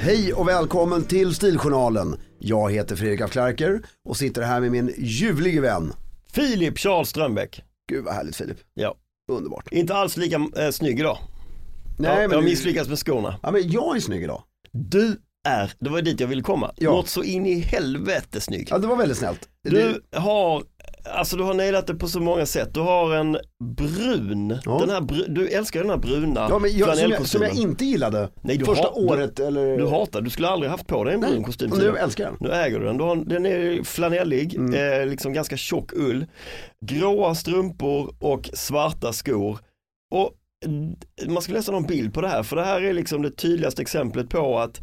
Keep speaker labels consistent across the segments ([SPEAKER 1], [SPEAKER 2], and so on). [SPEAKER 1] Hej och välkommen till Stiljournalen. Jag heter Fredrik af Klerker och sitter här med min ljuvlige vän.
[SPEAKER 2] Filip Charles Strömbäck.
[SPEAKER 1] Gud vad härligt Filip,
[SPEAKER 2] Ja.
[SPEAKER 1] underbart.
[SPEAKER 2] Inte alls lika eh, snygg idag.
[SPEAKER 1] Nej,
[SPEAKER 2] jag
[SPEAKER 1] men
[SPEAKER 2] jag
[SPEAKER 1] du-
[SPEAKER 2] misslyckats med skorna.
[SPEAKER 1] Ja, men jag är snygg idag.
[SPEAKER 2] Du är, det var dit jag ville komma,
[SPEAKER 1] Ja.
[SPEAKER 2] något så in i helvete snygg.
[SPEAKER 3] Alltså,
[SPEAKER 1] Ja, det var väldigt snällt.
[SPEAKER 2] Du har, alltså du har nailat det på så många sätt. Du har en brun,
[SPEAKER 1] Ja.
[SPEAKER 2] den här bru, du älskar den här bruna
[SPEAKER 1] ja, men jag, som, jag, som
[SPEAKER 2] flanellkostymen.
[SPEAKER 1] jag inte gillade
[SPEAKER 2] Nej, du
[SPEAKER 1] första
[SPEAKER 2] har- du-
[SPEAKER 1] året eller...
[SPEAKER 2] Du hatar, du skulle aldrig haft på dig en brun kostym.
[SPEAKER 1] och nu
[SPEAKER 2] tidigare.
[SPEAKER 1] älskar jag den. Mm.
[SPEAKER 2] Nu äger du den, du har, den är flanellig, eh, liksom ganska tjock ull, gråa strumpor och svarta skor. Och eh, man ska läsa någon bild på det här, för det här är liksom det tydligaste exemplet på att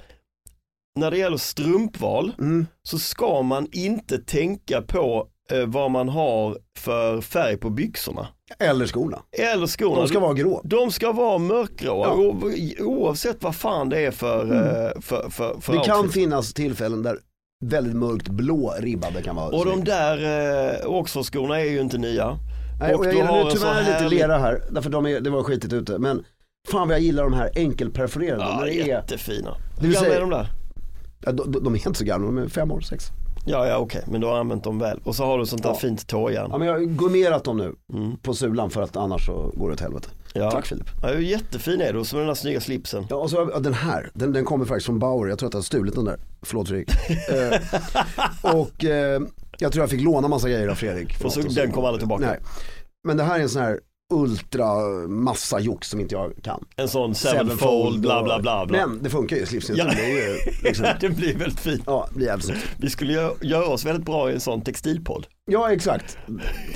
[SPEAKER 2] när det gäller strumpval
[SPEAKER 1] Mm.
[SPEAKER 2] så ska man inte tänka på eh, vad man har för färg på byxorna.
[SPEAKER 1] Eller skorna.
[SPEAKER 2] Eller skorna.
[SPEAKER 1] De ska vara grå.
[SPEAKER 2] De ska vara mörkgråa
[SPEAKER 1] Ja. Mm.
[SPEAKER 2] o- oavsett vad fan det är för, eh, för, för, för
[SPEAKER 1] Det kan
[SPEAKER 2] outfit.
[SPEAKER 1] finnas tillfällen där väldigt mörkt blå ribbade kan vara
[SPEAKER 2] Och de
[SPEAKER 1] snyggt.
[SPEAKER 2] där eh, Oxfordskorna är ju inte nya.
[SPEAKER 1] Nej, och jag
[SPEAKER 2] du har
[SPEAKER 1] gillar nu
[SPEAKER 2] en sån
[SPEAKER 1] tyvärr lite
[SPEAKER 2] härlig-
[SPEAKER 1] lera här, därför de är, det var skitigt ute. Men fan vad jag gillar de här enkelperforerade.
[SPEAKER 2] Ja,
[SPEAKER 1] När det är,
[SPEAKER 2] jättefina.
[SPEAKER 1] Det vill
[SPEAKER 2] Hur gamla
[SPEAKER 1] säga-
[SPEAKER 2] är de där?
[SPEAKER 1] ja, de, de de är inte så gamla, de är fem år, sex.
[SPEAKER 2] Ja, ja okej, men du har använt dem väl. Och så har du sånt där
[SPEAKER 1] Ja.
[SPEAKER 2] fint tåjärn.
[SPEAKER 1] Ja, men jag har gummerat dem nu på sulan för att annars så går det åt helvete.
[SPEAKER 2] Mm. Ja.
[SPEAKER 1] Tack Filip.
[SPEAKER 2] Ja, hur jättefin är du, som den där snygga slipsen.
[SPEAKER 1] Ja, och så, har vi- ja, den här, den, den kommer faktiskt från Bauer, jag tror att jag har stulit den där. Förlåt Fredrik. eh, och eh, jag tror jag fick låna massa grejer av Fredrik.
[SPEAKER 2] Och så,
[SPEAKER 1] Förlåt,
[SPEAKER 2] den kommer aldrig tillbaka.
[SPEAKER 1] Nej. Men det här är en sån här ultra massa jox som inte jag kan.
[SPEAKER 2] En sån sevenfold,
[SPEAKER 1] Sevenfold
[SPEAKER 2] bla
[SPEAKER 1] och-
[SPEAKER 2] bla bla. bla.
[SPEAKER 1] Men det funkar ju, slipsen.
[SPEAKER 2] Ja.
[SPEAKER 1] Ja. Det är ju liksom,
[SPEAKER 2] det blir väldigt fint.
[SPEAKER 1] ja, det blir jävligt snyggt.
[SPEAKER 2] Vi skulle gö- göra oss väldigt bra i en sån textilpodd.
[SPEAKER 1] Ja, exakt.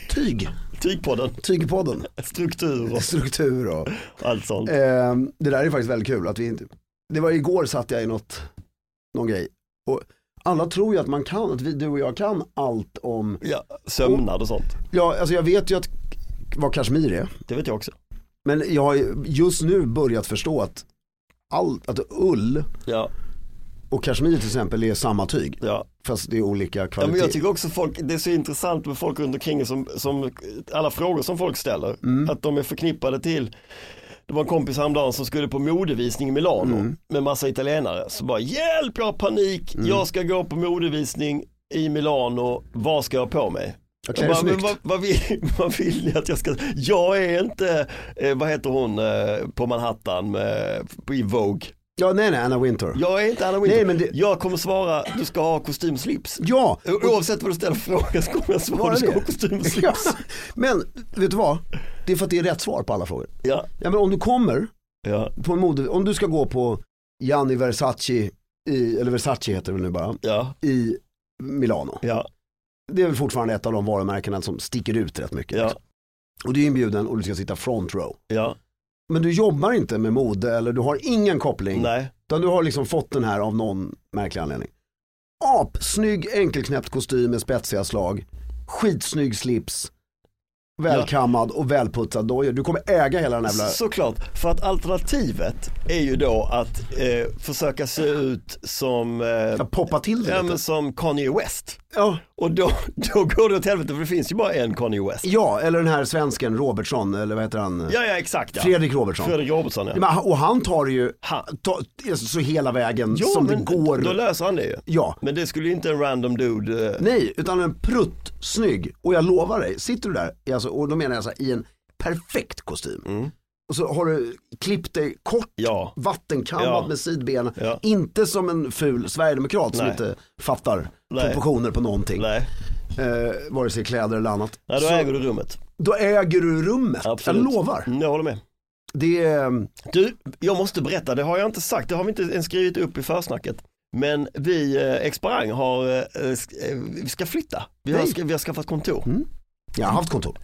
[SPEAKER 1] Tyg,
[SPEAKER 2] Tygpodden,
[SPEAKER 1] tygpodden,
[SPEAKER 2] struktur och
[SPEAKER 1] struktur och
[SPEAKER 2] allt sånt.
[SPEAKER 1] Eh, det där är faktiskt väldigt kul att vi inte, det var igår satt jag i något, någon grej och alla tror ju att man kan, att vi, du och jag kan allt om,
[SPEAKER 2] Ja, sömnad och sånt.
[SPEAKER 1] ja alltså jag vet ju att, vad kashmir är,
[SPEAKER 2] Det vet jag också.
[SPEAKER 1] men jag har ju just nu börjat förstå att, all, att ull
[SPEAKER 2] Ja,
[SPEAKER 1] och kashmir till exempel är samma tyg,
[SPEAKER 2] ja.
[SPEAKER 1] fast det är olika
[SPEAKER 2] Ja, men
[SPEAKER 1] kvalitet.
[SPEAKER 2] jag tycker också folk, det är så intressant med folk runt omkring som, som alla frågor som folk ställer, att de är förknippade till det var en kompis häromdagen som skulle på modevisning i Milano med massa italienare. Så bara Mm. hjälp, jag har panik, jag ska gå på modevisning i Milano, vad ska jag ha på mig? Vad,
[SPEAKER 3] det är
[SPEAKER 2] vad,
[SPEAKER 3] snyggt.
[SPEAKER 2] vad, vad, vill, vad vill ni att jag ska Jag är inte, eh, vad heter hon eh, på Manhattan med, på- i Vogue.
[SPEAKER 3] Ja, nej, nej, Anna Winter. Ja,
[SPEAKER 2] Jag är inte Anna Wintour.
[SPEAKER 3] Nej, men det-
[SPEAKER 2] Jag kommer svara, du ska ha kostymslips.
[SPEAKER 3] ja.
[SPEAKER 2] O- Oavsett vad du ställer för fråga så kommer jag svara, du ska ha kostymslips.
[SPEAKER 3] Men vet du vad? Det är för att det är rätt svar på alla frågor.
[SPEAKER 2] Ja,
[SPEAKER 3] Ja, men om du kommer
[SPEAKER 2] ja,
[SPEAKER 3] på en mode, om du ska gå på Gianni Versace, i, eller Versace heter det väl nu bara,
[SPEAKER 2] ja,
[SPEAKER 3] i Milano.
[SPEAKER 2] ja,
[SPEAKER 3] Det är väl fortfarande ett av de varumärkena som sticker ut rätt mycket.
[SPEAKER 2] ja,
[SPEAKER 3] liksom. Och du är inbjuden och du ska sitta front row.
[SPEAKER 2] ja,
[SPEAKER 3] Men du jobbar inte med mode eller du har ingen koppling.
[SPEAKER 2] nej,
[SPEAKER 3] Utan du har liksom fått den här av någon märklig anledning. Ap, snygg enkelknäppt kostym med spetsiga slag. Skitsnygg slips. Välkammad och välputsad dojer. Du kommer äga hela den här jävla...
[SPEAKER 2] såklart. För att alternativet är ju då att eh, försöka se ut som, eh,
[SPEAKER 3] Jag poppar till det
[SPEAKER 2] ja, men
[SPEAKER 3] lite.
[SPEAKER 2] som Kanye West.
[SPEAKER 3] Ja,
[SPEAKER 2] Och då, då går det åt helvete för det finns ju bara en Kanye West.
[SPEAKER 3] ja, eller den här svensken Robertsson, eller vad heter han?
[SPEAKER 2] Ja, ja exakt ja.
[SPEAKER 3] Fredrik Robertsson.
[SPEAKER 2] Fredrik Robertsson ja.
[SPEAKER 3] Men han- Och han tar det ju
[SPEAKER 2] Han-
[SPEAKER 3] ta, alltså, så hela vägen
[SPEAKER 2] Jo,
[SPEAKER 3] som det
[SPEAKER 2] men
[SPEAKER 3] går.
[SPEAKER 2] Då löser han det ju.
[SPEAKER 3] Ja.
[SPEAKER 2] Men det skulle ju inte en random dude. eh,
[SPEAKER 3] Nej, utan en prutt snygg. Och jag lovar dig, sitter du där, i alltså, och då menar jag så här, i en perfekt kostym. Och så har du klippt dig kort,
[SPEAKER 2] Mm. Ja.
[SPEAKER 3] vattenkammat
[SPEAKER 2] Ja.
[SPEAKER 3] med sidbenen.
[SPEAKER 2] Ja.
[SPEAKER 3] Inte som en ful sverigedemokrat som
[SPEAKER 2] Nej.
[SPEAKER 3] inte fattar
[SPEAKER 2] Nej.
[SPEAKER 3] proportioner på någonting.
[SPEAKER 2] Nej,
[SPEAKER 3] Eh, vare sig kläder eller annat.
[SPEAKER 2] Nej då
[SPEAKER 3] så,
[SPEAKER 2] äger du rummet.
[SPEAKER 3] då äger du rummet,
[SPEAKER 2] Absolut.
[SPEAKER 3] jag lovar.
[SPEAKER 2] Mm, Jag håller med.
[SPEAKER 3] Det är, ehm,
[SPEAKER 2] Du, jag måste berätta, det har jag inte sagt, det har vi inte ens skrivit upp i försnacket. Men vi, eh, Exparang, har, eh, sk- eh, vi ska flytta. Vi har,
[SPEAKER 3] Nej.
[SPEAKER 2] ska, vi har skaffat kontor.
[SPEAKER 3] jag har haft kontor.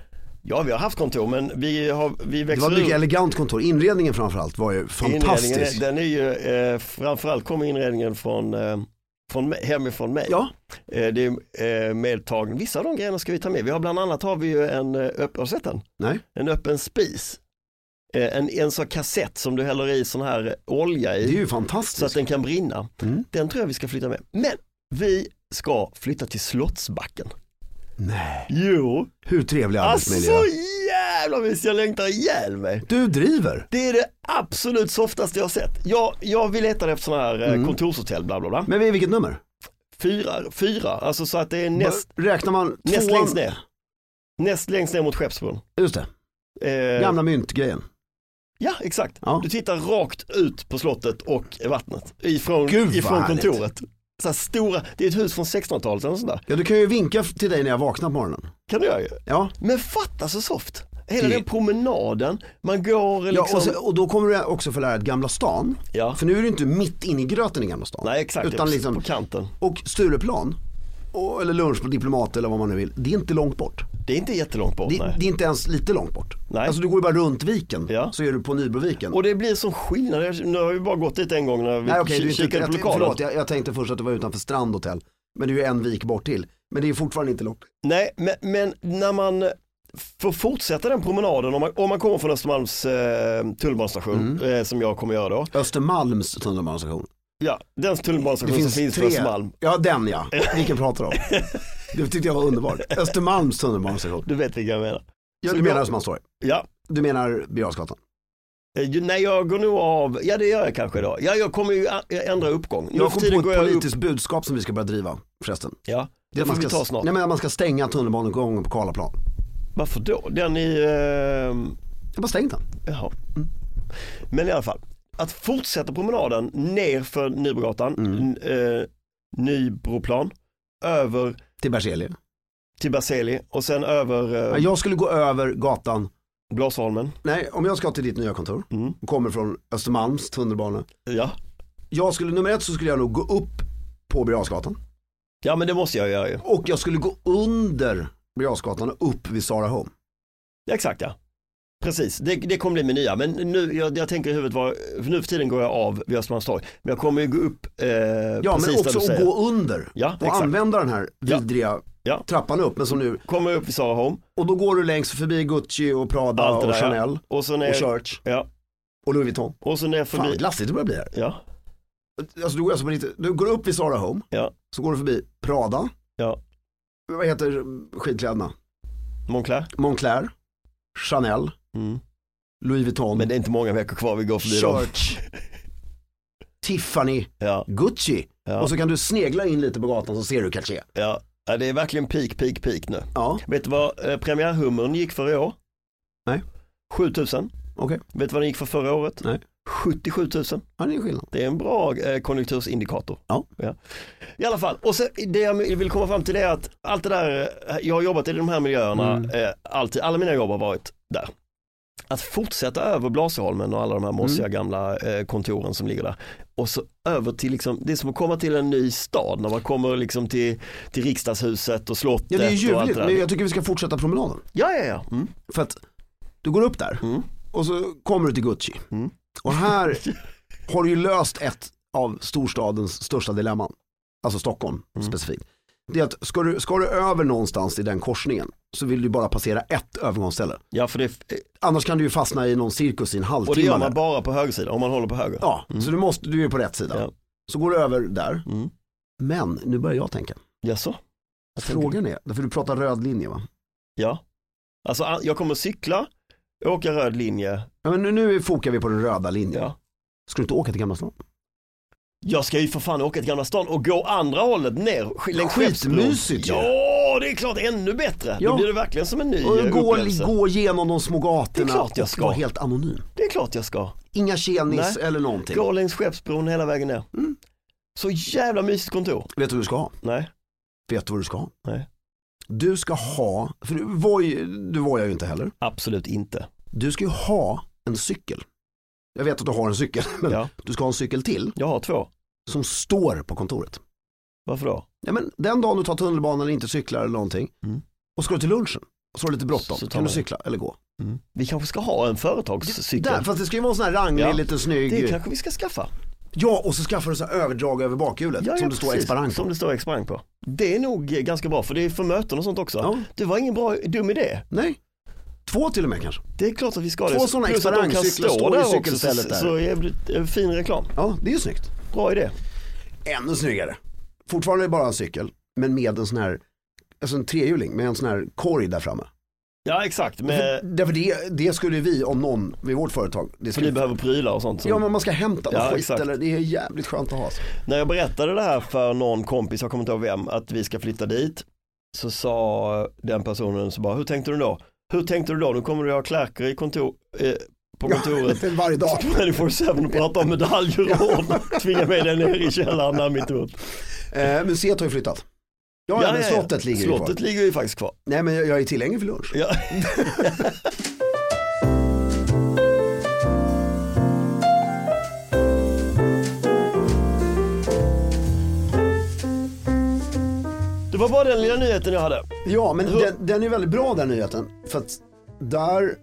[SPEAKER 2] Ja, vi har haft kontor, men vi, har, vi
[SPEAKER 3] Det
[SPEAKER 2] växer
[SPEAKER 3] var ett mycket
[SPEAKER 2] ur.
[SPEAKER 3] elegant kontor. Inredningen framförallt var ju fantastisk.
[SPEAKER 2] Inredningen, den är ju, eh, framförallt kommer inredningen från, eh, från mig- hemifrån mig.
[SPEAKER 3] Ja,
[SPEAKER 2] Eh, det är eh, medtagen, vissa av de grejerna ska vi ta med. Vi har bland annat har vi ju en, eh, öpp, har du sett den?
[SPEAKER 3] nej.
[SPEAKER 2] En öppen spis. Eh, en, en sån kassett som du häller i sån här olja
[SPEAKER 3] Det är
[SPEAKER 2] i.
[SPEAKER 3] ju
[SPEAKER 2] så att
[SPEAKER 3] fantastiskt.
[SPEAKER 2] den kan brinna.
[SPEAKER 3] Mm.
[SPEAKER 2] Den tror jag vi ska flytta med. Men vi ska flytta till Slottsbacken.
[SPEAKER 3] Nej.
[SPEAKER 2] Jo,
[SPEAKER 3] Hur trevlig arbetsmiljö.
[SPEAKER 2] alltså jävlar visst jag längtar ihjäl mig.
[SPEAKER 3] Du driver.
[SPEAKER 2] Det är det absolut softaste jag har sett. Jag, jag vill leta efter sådana här eh, kontorshotell bla bla bla.
[SPEAKER 3] Mm. Men vid vilket nummer?
[SPEAKER 2] Fyra, fyra, alltså så att det är näst,
[SPEAKER 3] Bör- Räknar man
[SPEAKER 2] näst
[SPEAKER 3] tvåan?
[SPEAKER 2] längst ner. Näst längst ner mot Skeppsbron.
[SPEAKER 3] Just det,
[SPEAKER 2] Eh,
[SPEAKER 3] gamla myntgrejen.
[SPEAKER 2] Ja, exakt.
[SPEAKER 3] Ja.
[SPEAKER 2] Du tittar rakt ut på slottet och vattnet ifrån,
[SPEAKER 3] Gud, vad
[SPEAKER 2] ifrån
[SPEAKER 3] härligt.
[SPEAKER 2] kontoret. Så här stora, det är ett hus från 1600-talet eller något sånt där.
[SPEAKER 3] Ja, du kan ju vinka f- till dig när jag vaknar på morgonen.
[SPEAKER 2] Kan du göra ju.
[SPEAKER 3] Ja,
[SPEAKER 2] Men fatta så soft. Hela
[SPEAKER 3] Det-
[SPEAKER 2] den promenaden, man går liksom.
[SPEAKER 3] ja och, så, och då kommer du också få lära dig Gamla stan.
[SPEAKER 2] Ja.
[SPEAKER 3] För nu är du inte mitt inne i gröten i Gamla stan.
[SPEAKER 2] Nej exakt,
[SPEAKER 3] Utan
[SPEAKER 2] på-
[SPEAKER 3] liksom,
[SPEAKER 2] på kanten.
[SPEAKER 3] och Stureplan, och, eller lunch på Diplomat eller vad man nu vill. Det är inte långt bort.
[SPEAKER 2] Det är inte jättelångt bort.
[SPEAKER 3] Det,
[SPEAKER 2] nej.
[SPEAKER 3] det är inte ens lite långt bort.
[SPEAKER 2] Nej.
[SPEAKER 3] Alltså du går ju bara runt viken,
[SPEAKER 2] Ja.
[SPEAKER 3] så är du på Nybroviken.
[SPEAKER 2] Och det blir som skillnad, Jag- nu har vi bara gått dit en gång när vi
[SPEAKER 3] Nej okej,
[SPEAKER 2] ki-
[SPEAKER 3] du är inte,
[SPEAKER 2] kikade på
[SPEAKER 3] jag,
[SPEAKER 2] lokalen.
[SPEAKER 3] förlåt jag, jag tänkte först att du var utanför Strandhotell. Men det är ju en vik bort till. Men det är fortfarande inte långt.
[SPEAKER 2] Nej, men, men när man får fortsätta den promenaden, om man, om man kommer från Östermalms eh, tunnelbanestation,
[SPEAKER 3] Mm.
[SPEAKER 2] eh, som jag kommer göra då.
[SPEAKER 3] Östermalms tunnelbanestation.
[SPEAKER 2] Ja, den
[SPEAKER 3] Det
[SPEAKER 2] tunnelbanestation
[SPEAKER 3] finns,
[SPEAKER 2] som finns på
[SPEAKER 3] tre.
[SPEAKER 2] Östermalm.
[SPEAKER 3] Ja, den ja. Vilken pratar du om? Det tyckte jag var underbart. Östermalms tunnelbanestation.
[SPEAKER 2] Du vet vilka jag menar.
[SPEAKER 3] Ja,
[SPEAKER 2] Så
[SPEAKER 3] du
[SPEAKER 2] går-
[SPEAKER 3] menar Östermalmstorg?
[SPEAKER 2] Ja,
[SPEAKER 3] Du menar Birger Jarlsgatan?
[SPEAKER 2] Eh, ju- nej jag går nog av, ja det gör jag kanske då. Ja, jag kommer ju a- ändra uppgång. Nu
[SPEAKER 3] Jag
[SPEAKER 2] för
[SPEAKER 3] kom
[SPEAKER 2] tiden
[SPEAKER 3] på
[SPEAKER 2] går
[SPEAKER 3] ett
[SPEAKER 2] jag upp-
[SPEAKER 3] politiskt budskap som vi ska börja driva förresten.
[SPEAKER 2] Ja,
[SPEAKER 3] Det är
[SPEAKER 2] det
[SPEAKER 3] att
[SPEAKER 2] får vi
[SPEAKER 3] ska,
[SPEAKER 2] ta snart.
[SPEAKER 3] Nej men att man ska stänga tunnelbanegången på Karlaplan.
[SPEAKER 2] Varför då? Den är, eh,
[SPEAKER 3] Jag bara stängt den.
[SPEAKER 2] jaha. Men i alla fall, att fortsätta promenaden ner för Nybrogatan,
[SPEAKER 3] Mm.
[SPEAKER 2] n- eh, Nybroplan, över
[SPEAKER 3] Till Berzelii.
[SPEAKER 2] till Berzelii och sen över
[SPEAKER 3] Ja,
[SPEAKER 2] eh,
[SPEAKER 3] Jag skulle gå över gatan,
[SPEAKER 2] Blasholmen.
[SPEAKER 3] nej om jag ska till ditt nya kontor
[SPEAKER 2] Mm.
[SPEAKER 3] och kommer från Östermalms tunnelbana.
[SPEAKER 2] Ja.
[SPEAKER 3] Jag skulle, nummer ett så skulle jag nog gå upp på Birger Jarlsgatan.
[SPEAKER 2] ja, men det måste jag göra ju.
[SPEAKER 3] Och jag skulle gå under Birger Jarlsgatan och upp vid Saraholm.
[SPEAKER 2] Ja, exakt ja. Precis, det, det kommer bli min nya. Men nu, jag, jag tänker i huvudet var, för nu för tiden går jag av vid Östermalmstorg. Men jag kommer ju gå upp eh,
[SPEAKER 3] Ja
[SPEAKER 2] precis
[SPEAKER 3] men
[SPEAKER 2] där
[SPEAKER 3] också
[SPEAKER 2] du
[SPEAKER 3] att
[SPEAKER 2] säger.
[SPEAKER 3] gå under
[SPEAKER 2] Ja,
[SPEAKER 3] och
[SPEAKER 2] exakt.
[SPEAKER 3] använda den här
[SPEAKER 2] Ja.
[SPEAKER 3] vidriga
[SPEAKER 2] Ja.
[SPEAKER 3] trappan upp. Men som nu,
[SPEAKER 2] Kommer upp vid Saraholm,
[SPEAKER 3] och då går du längs förbi Gucci och Prada
[SPEAKER 2] allt det
[SPEAKER 3] och
[SPEAKER 2] där. ja.
[SPEAKER 3] Chanel
[SPEAKER 2] Och så ner,
[SPEAKER 3] och Church
[SPEAKER 2] ja,
[SPEAKER 3] och Louis Vuitton.
[SPEAKER 2] och så ner
[SPEAKER 3] Fan
[SPEAKER 2] förbi.
[SPEAKER 3] vad glassigt det börjar bli här.
[SPEAKER 2] Ja,
[SPEAKER 3] Alltså, du, går alltså på riktigt- du går upp vid Zara Home,
[SPEAKER 2] ja,
[SPEAKER 3] så går du förbi Prada,
[SPEAKER 2] ja.
[SPEAKER 3] vad heter skidkläderna?
[SPEAKER 2] Montclair.
[SPEAKER 3] Moncler, Chanel,
[SPEAKER 2] Mm.
[SPEAKER 3] Louis Vuitton,
[SPEAKER 2] Men det är inte många veckor kvar vi går förbi dem.
[SPEAKER 3] Church, Tiffany,
[SPEAKER 2] Ja,
[SPEAKER 3] Gucci.
[SPEAKER 2] Ja.
[SPEAKER 3] Och så kan du snegla in lite på gatan så ser du Cartier.
[SPEAKER 2] ja, Ja, det är verkligen peak, peak, peak nu.
[SPEAKER 3] Ja,
[SPEAKER 2] Vet du vad eh, premiärhummern gick för i år?
[SPEAKER 3] Nej.
[SPEAKER 2] 7000.
[SPEAKER 3] okej.
[SPEAKER 2] Vet du vad den gick för förra året?
[SPEAKER 3] Nej.
[SPEAKER 2] 77 000.
[SPEAKER 3] Ja, det är skillnad.
[SPEAKER 2] Det är en bra eh, konjunktursindikator.
[SPEAKER 3] Ja.
[SPEAKER 2] I alla fall, och så, det jag vill komma fram till är att allt det där, eh, jag har jobbat i de här miljöerna,
[SPEAKER 3] Mm.
[SPEAKER 2] eh, alltid, alla mina jobb har varit där. Att fortsätta över Blasieholmen och alla de här
[SPEAKER 3] Mm.
[SPEAKER 2] mossiga gamla eh, kontoren som ligger där. Och så över till, liksom, det är som att komma till en ny stad när man kommer liksom till, till riksdagshuset och slottet
[SPEAKER 3] Ja, det är
[SPEAKER 2] och allt
[SPEAKER 3] ljuvligt,
[SPEAKER 2] det där.
[SPEAKER 3] men jag tycker vi ska fortsätta promenaden.
[SPEAKER 2] Ja, ja, ja. Mm.
[SPEAKER 3] För att du går upp där
[SPEAKER 2] Mm.
[SPEAKER 3] och så kommer du till Gucci.
[SPEAKER 2] Mm.
[SPEAKER 3] Och här har du ju löst ett av storstadens största dilemman. Alltså Stockholm specifikt. Det är att ska du, ska du över någonstans i den korsningen så vill du bara passera ett övergångsställe.
[SPEAKER 2] ja för det,
[SPEAKER 3] Annars kan du ju fastna i någon cirkus i en halvtimme.
[SPEAKER 2] och det gör man
[SPEAKER 3] där.
[SPEAKER 2] bara på högersidan, om man håller på höger.
[SPEAKER 3] Ja, så du, måste, du är på rätt sida.
[SPEAKER 2] Mm. Ja.
[SPEAKER 3] Så går du över där.
[SPEAKER 2] Mm.
[SPEAKER 3] Men nu börjar jag tänka.
[SPEAKER 2] Jaså?
[SPEAKER 3] Frågan är, därför du pratar röd linje va?
[SPEAKER 2] Ja. Alltså a- jag kommer cykla, åka röd linje.
[SPEAKER 3] Ja, men nu, nu fokar vi på den röda linjen.
[SPEAKER 2] Ja.
[SPEAKER 3] Ska du inte åka till Gamla stan?
[SPEAKER 2] Jag ska ju för fan åka till Gamla stan och gå andra hållet ner sk- längs Skeppsbron.
[SPEAKER 3] Skitmysigt ju.
[SPEAKER 2] Ja, det är klart ännu bättre.
[SPEAKER 3] Ja.
[SPEAKER 2] Då blir det verkligen som en ny eh,
[SPEAKER 3] Och gå,
[SPEAKER 2] upplevelse.
[SPEAKER 3] gå igenom de små gatorna
[SPEAKER 2] Det är klart jag
[SPEAKER 3] och
[SPEAKER 2] ska.
[SPEAKER 3] vara helt anonym.
[SPEAKER 2] Det är klart jag ska.
[SPEAKER 3] Inga tjenis
[SPEAKER 2] Nej.
[SPEAKER 3] eller någonting.
[SPEAKER 2] Gå längs Skeppsbron hela vägen ner.
[SPEAKER 3] Mm.
[SPEAKER 2] Så jävla mysigt kontor.
[SPEAKER 3] Vet du vad du ska ha?
[SPEAKER 2] Nej,
[SPEAKER 3] Vet du vad du ska ha?
[SPEAKER 2] Nej.
[SPEAKER 3] Du ska ha, för du var ju, du var jag ju inte heller.
[SPEAKER 2] absolut inte.
[SPEAKER 3] Du ska ju ha en cykel. Jag vet att du har en cykel, men
[SPEAKER 2] Ja.
[SPEAKER 3] du ska ha en cykel till
[SPEAKER 2] Jag har två.
[SPEAKER 3] som står på kontoret.
[SPEAKER 2] Varför då?
[SPEAKER 3] Ja, men den dagen du tar tunnelbanan och inte cyklar eller någonting
[SPEAKER 2] Mm.
[SPEAKER 3] och ska du till lunchen och så har du lite bråttom,
[SPEAKER 2] Så tar
[SPEAKER 3] kan
[SPEAKER 2] man
[SPEAKER 3] du
[SPEAKER 2] det.
[SPEAKER 3] cykla eller gå?
[SPEAKER 2] Vi kanske ska ha en företagscykel.
[SPEAKER 3] Där, fast det ska ju vara en sån här ranglig,
[SPEAKER 2] Ja.
[SPEAKER 3] lite snygg.
[SPEAKER 2] det kanske vi ska skaffa.
[SPEAKER 3] Ja, och så skaffar du så här överdrag över bakhjulet som det står
[SPEAKER 2] precis.
[SPEAKER 3] exparang på.
[SPEAKER 2] Som det står exparang på. Det är nog eh, ganska bra för det är för möten och sånt också.
[SPEAKER 3] Ja.
[SPEAKER 2] Det var ingen bra, dum idé.
[SPEAKER 3] Nej, två till och med kanske.
[SPEAKER 2] Det är klart att vi ska
[SPEAKER 3] Två
[SPEAKER 2] det.
[SPEAKER 3] sådana
[SPEAKER 2] Plus att de kan
[SPEAKER 3] exparangcyklar
[SPEAKER 2] stå
[SPEAKER 3] står i
[SPEAKER 2] där också,
[SPEAKER 3] cykelstället
[SPEAKER 2] så-
[SPEAKER 3] där.
[SPEAKER 2] Så jävligt eh, fin reklam.
[SPEAKER 3] Ja, det är ju snyggt.
[SPEAKER 2] Bra idé.
[SPEAKER 3] Ännu snyggare. Fortfarande bara en cykel, men med en sån här, alltså en trehjuling med en sån här korg där framme.
[SPEAKER 2] Ja exakt,
[SPEAKER 3] För,
[SPEAKER 2] men
[SPEAKER 3] därför det, det skulle ju vi, om någon, vid vårt företag, det
[SPEAKER 2] för ni
[SPEAKER 3] skulle,
[SPEAKER 2] behöver prylar och sånt. Så.
[SPEAKER 3] ja men man ska hämta något
[SPEAKER 2] Ja,
[SPEAKER 3] skit
[SPEAKER 2] exakt.
[SPEAKER 3] eller det är jävligt skönt att ha. Alltså.
[SPEAKER 2] När jag berättade det här för någon kompis, jag kommer inte ihåg vem, att vi ska flytta dit. Så sa den personen så bara, hur tänkte du då? Hur tänkte du då? Nu kommer du ha klärker i kontor, eh, på kontoret.
[SPEAKER 3] Varje dag.
[SPEAKER 2] 24-7 och prata om medaljer och ordnar. Tvinga mig den ner i källaren där mitt emot.
[SPEAKER 3] Eh, museet har ju flyttat. Ja, ja, men slottet ligger ju kvar.
[SPEAKER 2] Slottet ligger ju faktiskt kvar.
[SPEAKER 3] Nej men jag, jag är tillgänglig för lunch.
[SPEAKER 2] Ja. Det var bara den lilla nyheten jag hade.
[SPEAKER 3] Ja, men
[SPEAKER 2] Hur-
[SPEAKER 3] den, den är väldigt bra den nyheten. För att där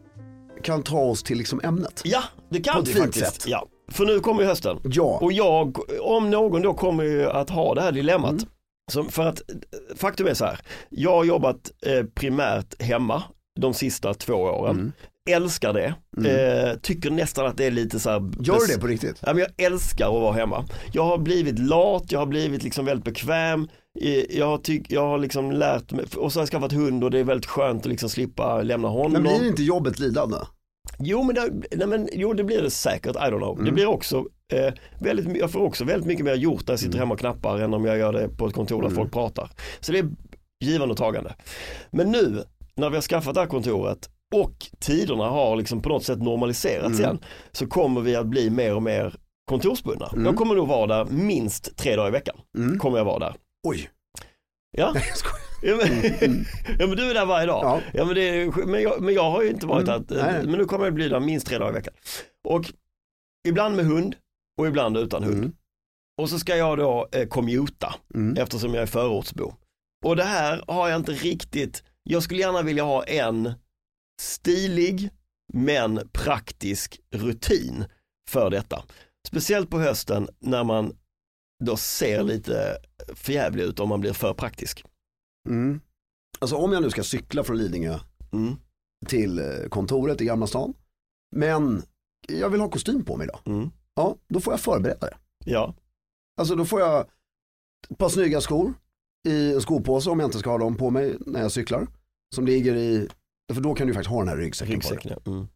[SPEAKER 3] kan ta oss till liksom ämnet.
[SPEAKER 2] Ja, det
[SPEAKER 3] På
[SPEAKER 2] kan
[SPEAKER 3] ett
[SPEAKER 2] vi
[SPEAKER 3] fint
[SPEAKER 2] faktiskt.
[SPEAKER 3] sätt.
[SPEAKER 2] Ja. För nu kommer ju hösten.
[SPEAKER 3] Ja.
[SPEAKER 2] Och jag, om någon då kommer ju att ha det här dilemmat.
[SPEAKER 3] Mm.
[SPEAKER 2] Som, för att eh, faktum är så här, jag har jobbat eh, primärt hemma de sista två åren.
[SPEAKER 3] Mm.
[SPEAKER 2] Älskar det, eh, tycker nästan att det är lite så här.
[SPEAKER 3] Gör du
[SPEAKER 2] bes-
[SPEAKER 3] det på riktigt?
[SPEAKER 2] Ja, men jag älskar att vara hemma. Jag har blivit lat, jag har blivit liksom väldigt bekväm. Eh, Jag har, tyck, jag har liksom lärt mig, och så har jag skaffat hund och det är väldigt skönt att liksom slippa lämna honom.
[SPEAKER 3] Men blir inte jobbet lidande?
[SPEAKER 2] Jo men, det, nej, men jo, det blir det säkert, I don't know. Det blir också, eh, väldigt, my- jag får också väldigt mycket mer gjort när jag sitter hemma och knappar än om jag gör det på ett kontor där folk pratar. Så det är givande och tagande. Men nu när vi har skaffat det här kontoret och tiderna har liksom på något sätt normaliserats igen så kommer vi att bli mer och mer kontorsbundna. Jag kommer nog vara där minst tre dagar i veckan.
[SPEAKER 3] Mm.
[SPEAKER 2] Kommer jag vara där.
[SPEAKER 3] Oj.
[SPEAKER 2] Ja.
[SPEAKER 3] Nej, jag skojar.
[SPEAKER 2] Ja men, ja men du är där varje dag.
[SPEAKER 3] Ja.
[SPEAKER 2] Ja. men, det är, men, jag, men jag har ju inte varit
[SPEAKER 3] Mm,
[SPEAKER 2] där,
[SPEAKER 3] nej.
[SPEAKER 2] men nu kommer jag bli där minst tre dagar i veckan. Och ibland med hund och ibland utan hund.
[SPEAKER 3] Mm.
[SPEAKER 2] Och så ska jag då eh, commuta
[SPEAKER 3] Mm.
[SPEAKER 2] eftersom jag är förortsbo. Och det här har jag inte riktigt, jag skulle gärna vilja ha en stilig men praktisk rutin för detta. Speciellt på hösten när man då ser lite förjävlig ut om man blir för praktisk.
[SPEAKER 3] Mm. Alltså om jag nu ska cykla från Lidingö
[SPEAKER 2] Mm.
[SPEAKER 3] till eh, kontoret i Gamla stan. Men jag vill ha kostym på mig idag.
[SPEAKER 2] Mm.
[SPEAKER 3] Ja, då får jag förbereda det.
[SPEAKER 2] Ja.
[SPEAKER 3] Alltså då får jag ett par snygga skor i en skopåse om jag inte ska ha dem på mig när jag cyklar. Som ligger i, för då kan du faktiskt ha den här ryggsäcken på dig.
[SPEAKER 2] Ryggsäcken, ja. mm.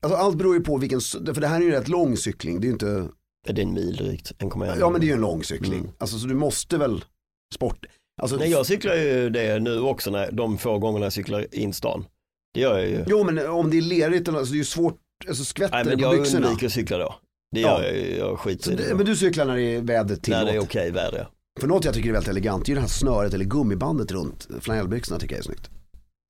[SPEAKER 3] Alltså allt beror ju på vilken, för det här är ju en rätt lång cykling. Det är ju inte
[SPEAKER 2] Är det en mil drygt? 1,1
[SPEAKER 3] Ja men det är ju en lång cykling.
[SPEAKER 2] Mm.
[SPEAKER 3] Alltså så du måste väl sport. Alltså,
[SPEAKER 2] Nej, jag cyklar ju det nu också, när, de få gångerna jag cyklar in stan. Det gör jag ju.
[SPEAKER 3] Jo men om det är lerigt eller något, så det är ju svårt, alltså skvätter
[SPEAKER 2] Nej, men
[SPEAKER 3] det på
[SPEAKER 2] jag
[SPEAKER 3] byxorna.
[SPEAKER 2] undviker att cykla då. Det
[SPEAKER 3] Ja.
[SPEAKER 2] gör jag ju, jag skiter
[SPEAKER 3] Så
[SPEAKER 2] i det.
[SPEAKER 3] det, men du cyklar när det är vädret
[SPEAKER 2] när
[SPEAKER 3] tillåter.
[SPEAKER 2] det är okej väder. ja.
[SPEAKER 3] För något jag tycker är väldigt elegant, det är ju det här snöret eller gummibandet runt flanellbyxorna tycker jag är snyggt.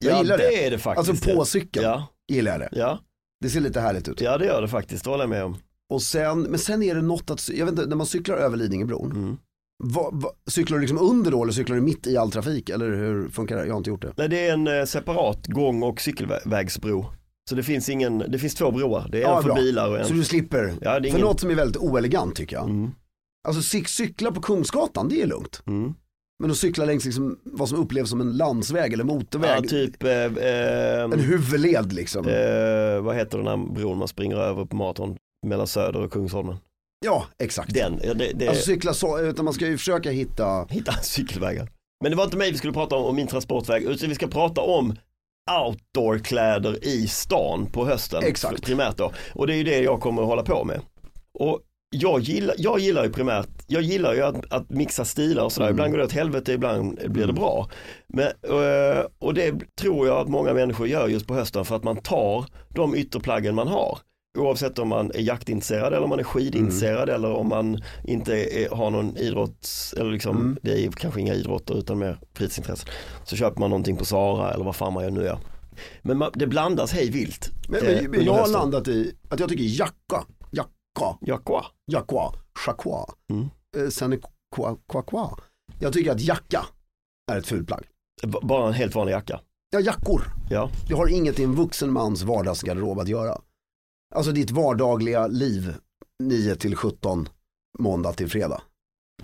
[SPEAKER 3] Jag
[SPEAKER 2] ja,
[SPEAKER 3] gillar det.
[SPEAKER 2] är det faktiskt.
[SPEAKER 3] Alltså på cykeln
[SPEAKER 2] Ja,
[SPEAKER 3] gillar jag det.
[SPEAKER 2] ja,
[SPEAKER 3] Det ser lite härligt ut.
[SPEAKER 2] ja, det gör det faktiskt. Det håller jag med om.
[SPEAKER 3] Och sen, men sen är det något att, jag vet inte, när man cyklar över Lidingöbron,
[SPEAKER 2] Mm.
[SPEAKER 3] vad- vad- cyklar du liksom under då eller cyklar du mitt i all trafik? Eller hur funkar det? Jag har inte gjort det.
[SPEAKER 2] Nej, det är en eh, separat gång och cykelvägsbro. Så det finns, ingen, det finns två broar. Det är en för
[SPEAKER 3] bra.
[SPEAKER 2] bilar och en
[SPEAKER 3] Så du slipper.
[SPEAKER 2] Ja, det är
[SPEAKER 3] För
[SPEAKER 2] ingen-
[SPEAKER 3] något som är väldigt oelegant tycker jag.
[SPEAKER 2] Mm.
[SPEAKER 3] Alltså cy- cykla på Kungsgatan, det är lugnt.
[SPEAKER 2] Mm.
[SPEAKER 3] Men att cykla längs liksom, vad som upplevs som en landsväg eller
[SPEAKER 2] Ja,
[SPEAKER 3] motorväg.
[SPEAKER 2] typ, eh, eh,
[SPEAKER 3] En huvudled liksom.
[SPEAKER 2] eh, vad heter den här bron man springer över på maraton? Mellan Söder och Kungsholmen.
[SPEAKER 3] Ja, exakt.
[SPEAKER 2] Den, ja, det, det,
[SPEAKER 3] Alltså cykla så, utan man ska ju försöka hitta,
[SPEAKER 2] hitta cykelvägar. Men det var inte mig vi skulle prata om, om min transportväg, utan vi ska prata om outdoorkläder i stan på hösten.
[SPEAKER 3] Exakt.
[SPEAKER 2] Primärt då. Och det är ju det jag kommer att hålla på med. Och jag gillar, jag gillar ju primärt, jag gillar ju att, att mixa stilar och sådär.
[SPEAKER 3] Mm.
[SPEAKER 2] Ibland går det åt helvete, ibland blir det bra. Men, eh, och det tror jag att många människor gör just på hösten för att man tar de ytterplaggen man har. Oavsett om man är jaktintresserad eller om man är skidintresserad
[SPEAKER 3] Mm.
[SPEAKER 2] eller om man inte är, har någon idrotts, eller liksom,
[SPEAKER 3] Mm.
[SPEAKER 2] det är kanske inga idrotter utan mer fritidsintressen. Så köper man någonting på Sara eller vad fan man gör nu ja. Men man, det blandas hej vilt.
[SPEAKER 3] men,
[SPEAKER 2] eh,
[SPEAKER 3] men, men
[SPEAKER 2] under
[SPEAKER 3] jag har
[SPEAKER 2] hösten.
[SPEAKER 3] landat i att jag tycker jacka, jacka,
[SPEAKER 2] Jakua.
[SPEAKER 3] jacqua, chaqua,
[SPEAKER 2] Mm.
[SPEAKER 3] eh, sen är qua, qua, qua. Jag tycker att jacka är ett fult plagg.
[SPEAKER 2] B- Bara en helt vanlig jacka.
[SPEAKER 3] Ja, jackor.
[SPEAKER 2] Ja.
[SPEAKER 3] Det har inget i en vuxen mans vardagsgarderob att göra. Alltså ditt vardagliga liv 9 till 17, måndag till fredag.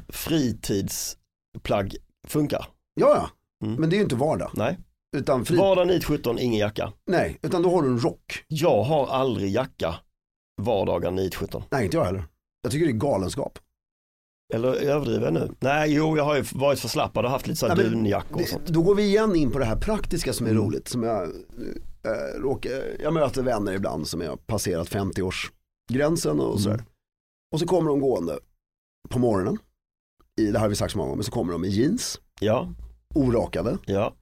[SPEAKER 2] Fritidsplagg funkar.
[SPEAKER 3] Ja, ja.
[SPEAKER 2] Mm.
[SPEAKER 3] Men det är ju inte vardag.
[SPEAKER 2] Nej.
[SPEAKER 3] Utan fri...
[SPEAKER 2] Vardag 9-17, ingen jacka.
[SPEAKER 3] Nej, utan då har du en rock.
[SPEAKER 2] Jag har aldrig jacka vardagar 9-17.
[SPEAKER 3] Nej, inte jag heller. Jag tycker det är galenskap.
[SPEAKER 2] Eller överdriver jag nu? Nej, jo, jag har ju varit för slappad och haft lite sådana
[SPEAKER 3] Nej, men
[SPEAKER 2] dunjackor och sånt. Mm.
[SPEAKER 3] Det, då går vi igen in på det här praktiska som är roligt. Som jag, eh, råkar, jag möter vänner ibland som har passerat 50-årsgränsen
[SPEAKER 2] Mm.
[SPEAKER 3] och sådär. Och så kommer de gående på morgonen. I, det här har vi sagt så många gånger, men så kommer de i jeans,
[SPEAKER 2] Ja,
[SPEAKER 3] orakade.
[SPEAKER 2] ja,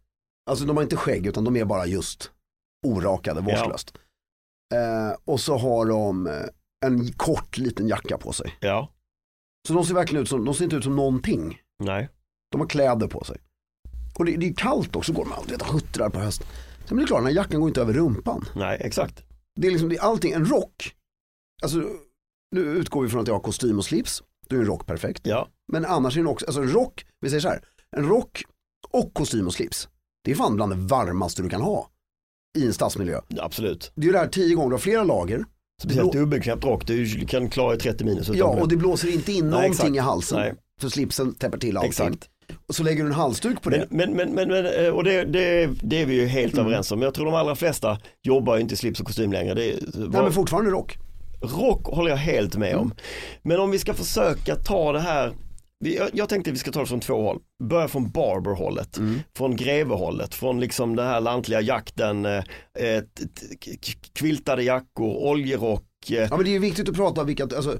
[SPEAKER 3] Alltså de har inte skägg utan de är bara just orakade, vårdslöst. Eh, och så har de eh, en kort liten jacka på sig.
[SPEAKER 2] ja,
[SPEAKER 3] Så de ser verkligen ut som, de ser inte ut som någonting.
[SPEAKER 2] nej.
[SPEAKER 3] De har kläder på sig. Och det, det är kallt också, går de alltid och huttrar på hösten. Ja, Men det är klart, den här jackan går inte över rumpan.
[SPEAKER 2] Nej, exakt.
[SPEAKER 3] Det är liksom, det är allting, en rock. Alltså, nu utgår vi från att jag har kostym och slips. Då är en rock perfekt.
[SPEAKER 2] Ja,
[SPEAKER 3] Men annars är den också, alltså en rock, vi säger så här, en rock och kostym och slips. Det är fan bland det varmaste du kan ha i en stadsmiljö.
[SPEAKER 2] absolut.
[SPEAKER 3] Det är ju det här tio gånger, du har flera lager.
[SPEAKER 2] Speciellt
[SPEAKER 3] Blå-
[SPEAKER 2] dubbelknäppt rock, du kan klara i 30 minus utan
[SPEAKER 3] Ja,
[SPEAKER 2] problem.
[SPEAKER 3] och det blåser inte in
[SPEAKER 2] Nej,
[SPEAKER 3] någonting
[SPEAKER 2] exakt.
[SPEAKER 3] i halsen.
[SPEAKER 2] Nej.
[SPEAKER 3] För slipsen täpper till allting.
[SPEAKER 2] Exakt.
[SPEAKER 3] Och så lägger du en halsduk på det. Mm.
[SPEAKER 2] Men, men, men, men, men eh, och det, det, det är vi ju helt överens om. Jag tror de allra flesta jobbar ju inte i slips och kostym längre. Det,
[SPEAKER 3] Nej men fortfarande rock.
[SPEAKER 2] Rock håller jag helt med om. Men om vi ska försöka ta det här, vi, jag, jag tänkte vi ska ta det från två håll. Börja från barberhållet, från grevehållet, från liksom den här lantliga jakten, eh, eh, t- t- k- kviltade jackor, oljerock. Eh,
[SPEAKER 3] Ja men det är ju viktigt att prata om vilka, alltså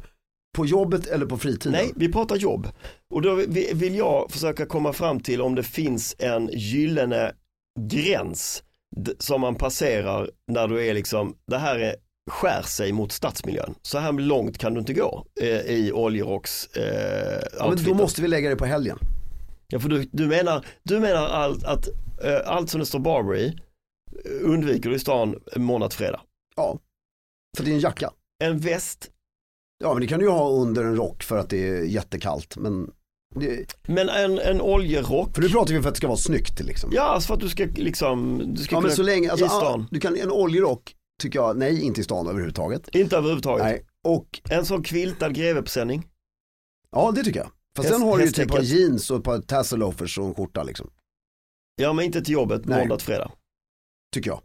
[SPEAKER 3] på jobbet eller på fritiden.
[SPEAKER 2] Nej, vi pratar jobb. Och då vi- vill jag försöka komma fram till om det finns en gyllene gräns d- som man passerar när du är liksom, det här är, skär sig mot stadsmiljön. Så här långt kan du inte gå eh, i oljerocks eh,
[SPEAKER 3] Ja, men då
[SPEAKER 2] outfiten.
[SPEAKER 3] måste vi lägga det på helgen.
[SPEAKER 2] ja, för du, du menar, du menar allt, att eh, allt som det står Barbary i, eh, undviker du i stan måndag till fredag.
[SPEAKER 3] Ja. För det är en jacka.
[SPEAKER 2] En väst,
[SPEAKER 3] Ja men det kan du ju ha under en rock för att det är jättekallt. Men det,
[SPEAKER 2] men en, en oljerock.
[SPEAKER 3] för nu pratar vi för att det ska vara snyggt liksom.
[SPEAKER 2] Ja, alltså för att du ska liksom, du ska
[SPEAKER 3] Ja, men
[SPEAKER 2] kunna,
[SPEAKER 3] så länge, alltså,
[SPEAKER 2] i stan.
[SPEAKER 3] Du kan, en oljerock tycker jag, nej inte i stan överhuvudtaget.
[SPEAKER 2] inte överhuvudtaget.
[SPEAKER 3] Nej. Och
[SPEAKER 2] En sån kviltad grevepsändning.
[SPEAKER 3] ja det tycker jag. Fast
[SPEAKER 2] Häst-
[SPEAKER 3] sen har du ju typ
[SPEAKER 2] hästtäcket.
[SPEAKER 3] par jeans och ett par tasseloafers och en skjorta liksom.
[SPEAKER 2] Ja men inte till jobbet
[SPEAKER 3] Nej.
[SPEAKER 2] måndag till fredag.
[SPEAKER 3] Tycker jag.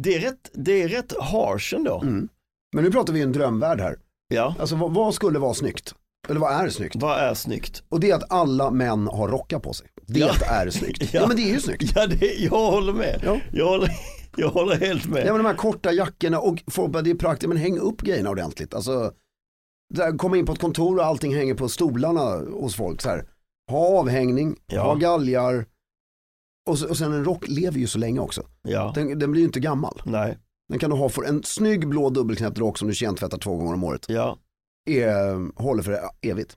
[SPEAKER 2] Det är rätt, det är rätt harsh ändå.
[SPEAKER 3] Mm. Men nu pratar vi ju en drömvärld här.
[SPEAKER 2] Ja.
[SPEAKER 3] Alltså vad, vad skulle vara snyggt? Eller vad är snyggt?
[SPEAKER 2] Vad är snyggt?
[SPEAKER 3] Och det är att alla män har rockar på sig. Det
[SPEAKER 2] Ja.
[SPEAKER 3] är snyggt.
[SPEAKER 2] Ja.
[SPEAKER 3] Ja. men det är ju snyggt.
[SPEAKER 2] Ja, det, jag håller med.
[SPEAKER 3] Ja.
[SPEAKER 2] Jag, håller, jag håller helt med.
[SPEAKER 3] Ja men de här korta jackorna och folk bara, det är praktiskt, men häng upp grejerna ordentligt. Alltså, där, komma in på ett kontor och allting hänger på stolarna hos folk så här. ha avhängning,
[SPEAKER 2] Ja.
[SPEAKER 3] ha galgar och, så, och sen en rock lever ju så länge också.
[SPEAKER 2] Ja.
[SPEAKER 3] Den, den blir ju inte gammal.
[SPEAKER 2] Nej.
[SPEAKER 3] Den kan du ha för en snygg blå dubbelknäppt rock som du kentvättar två gånger om året.
[SPEAKER 2] Ja.
[SPEAKER 3] Är, håller för evigt.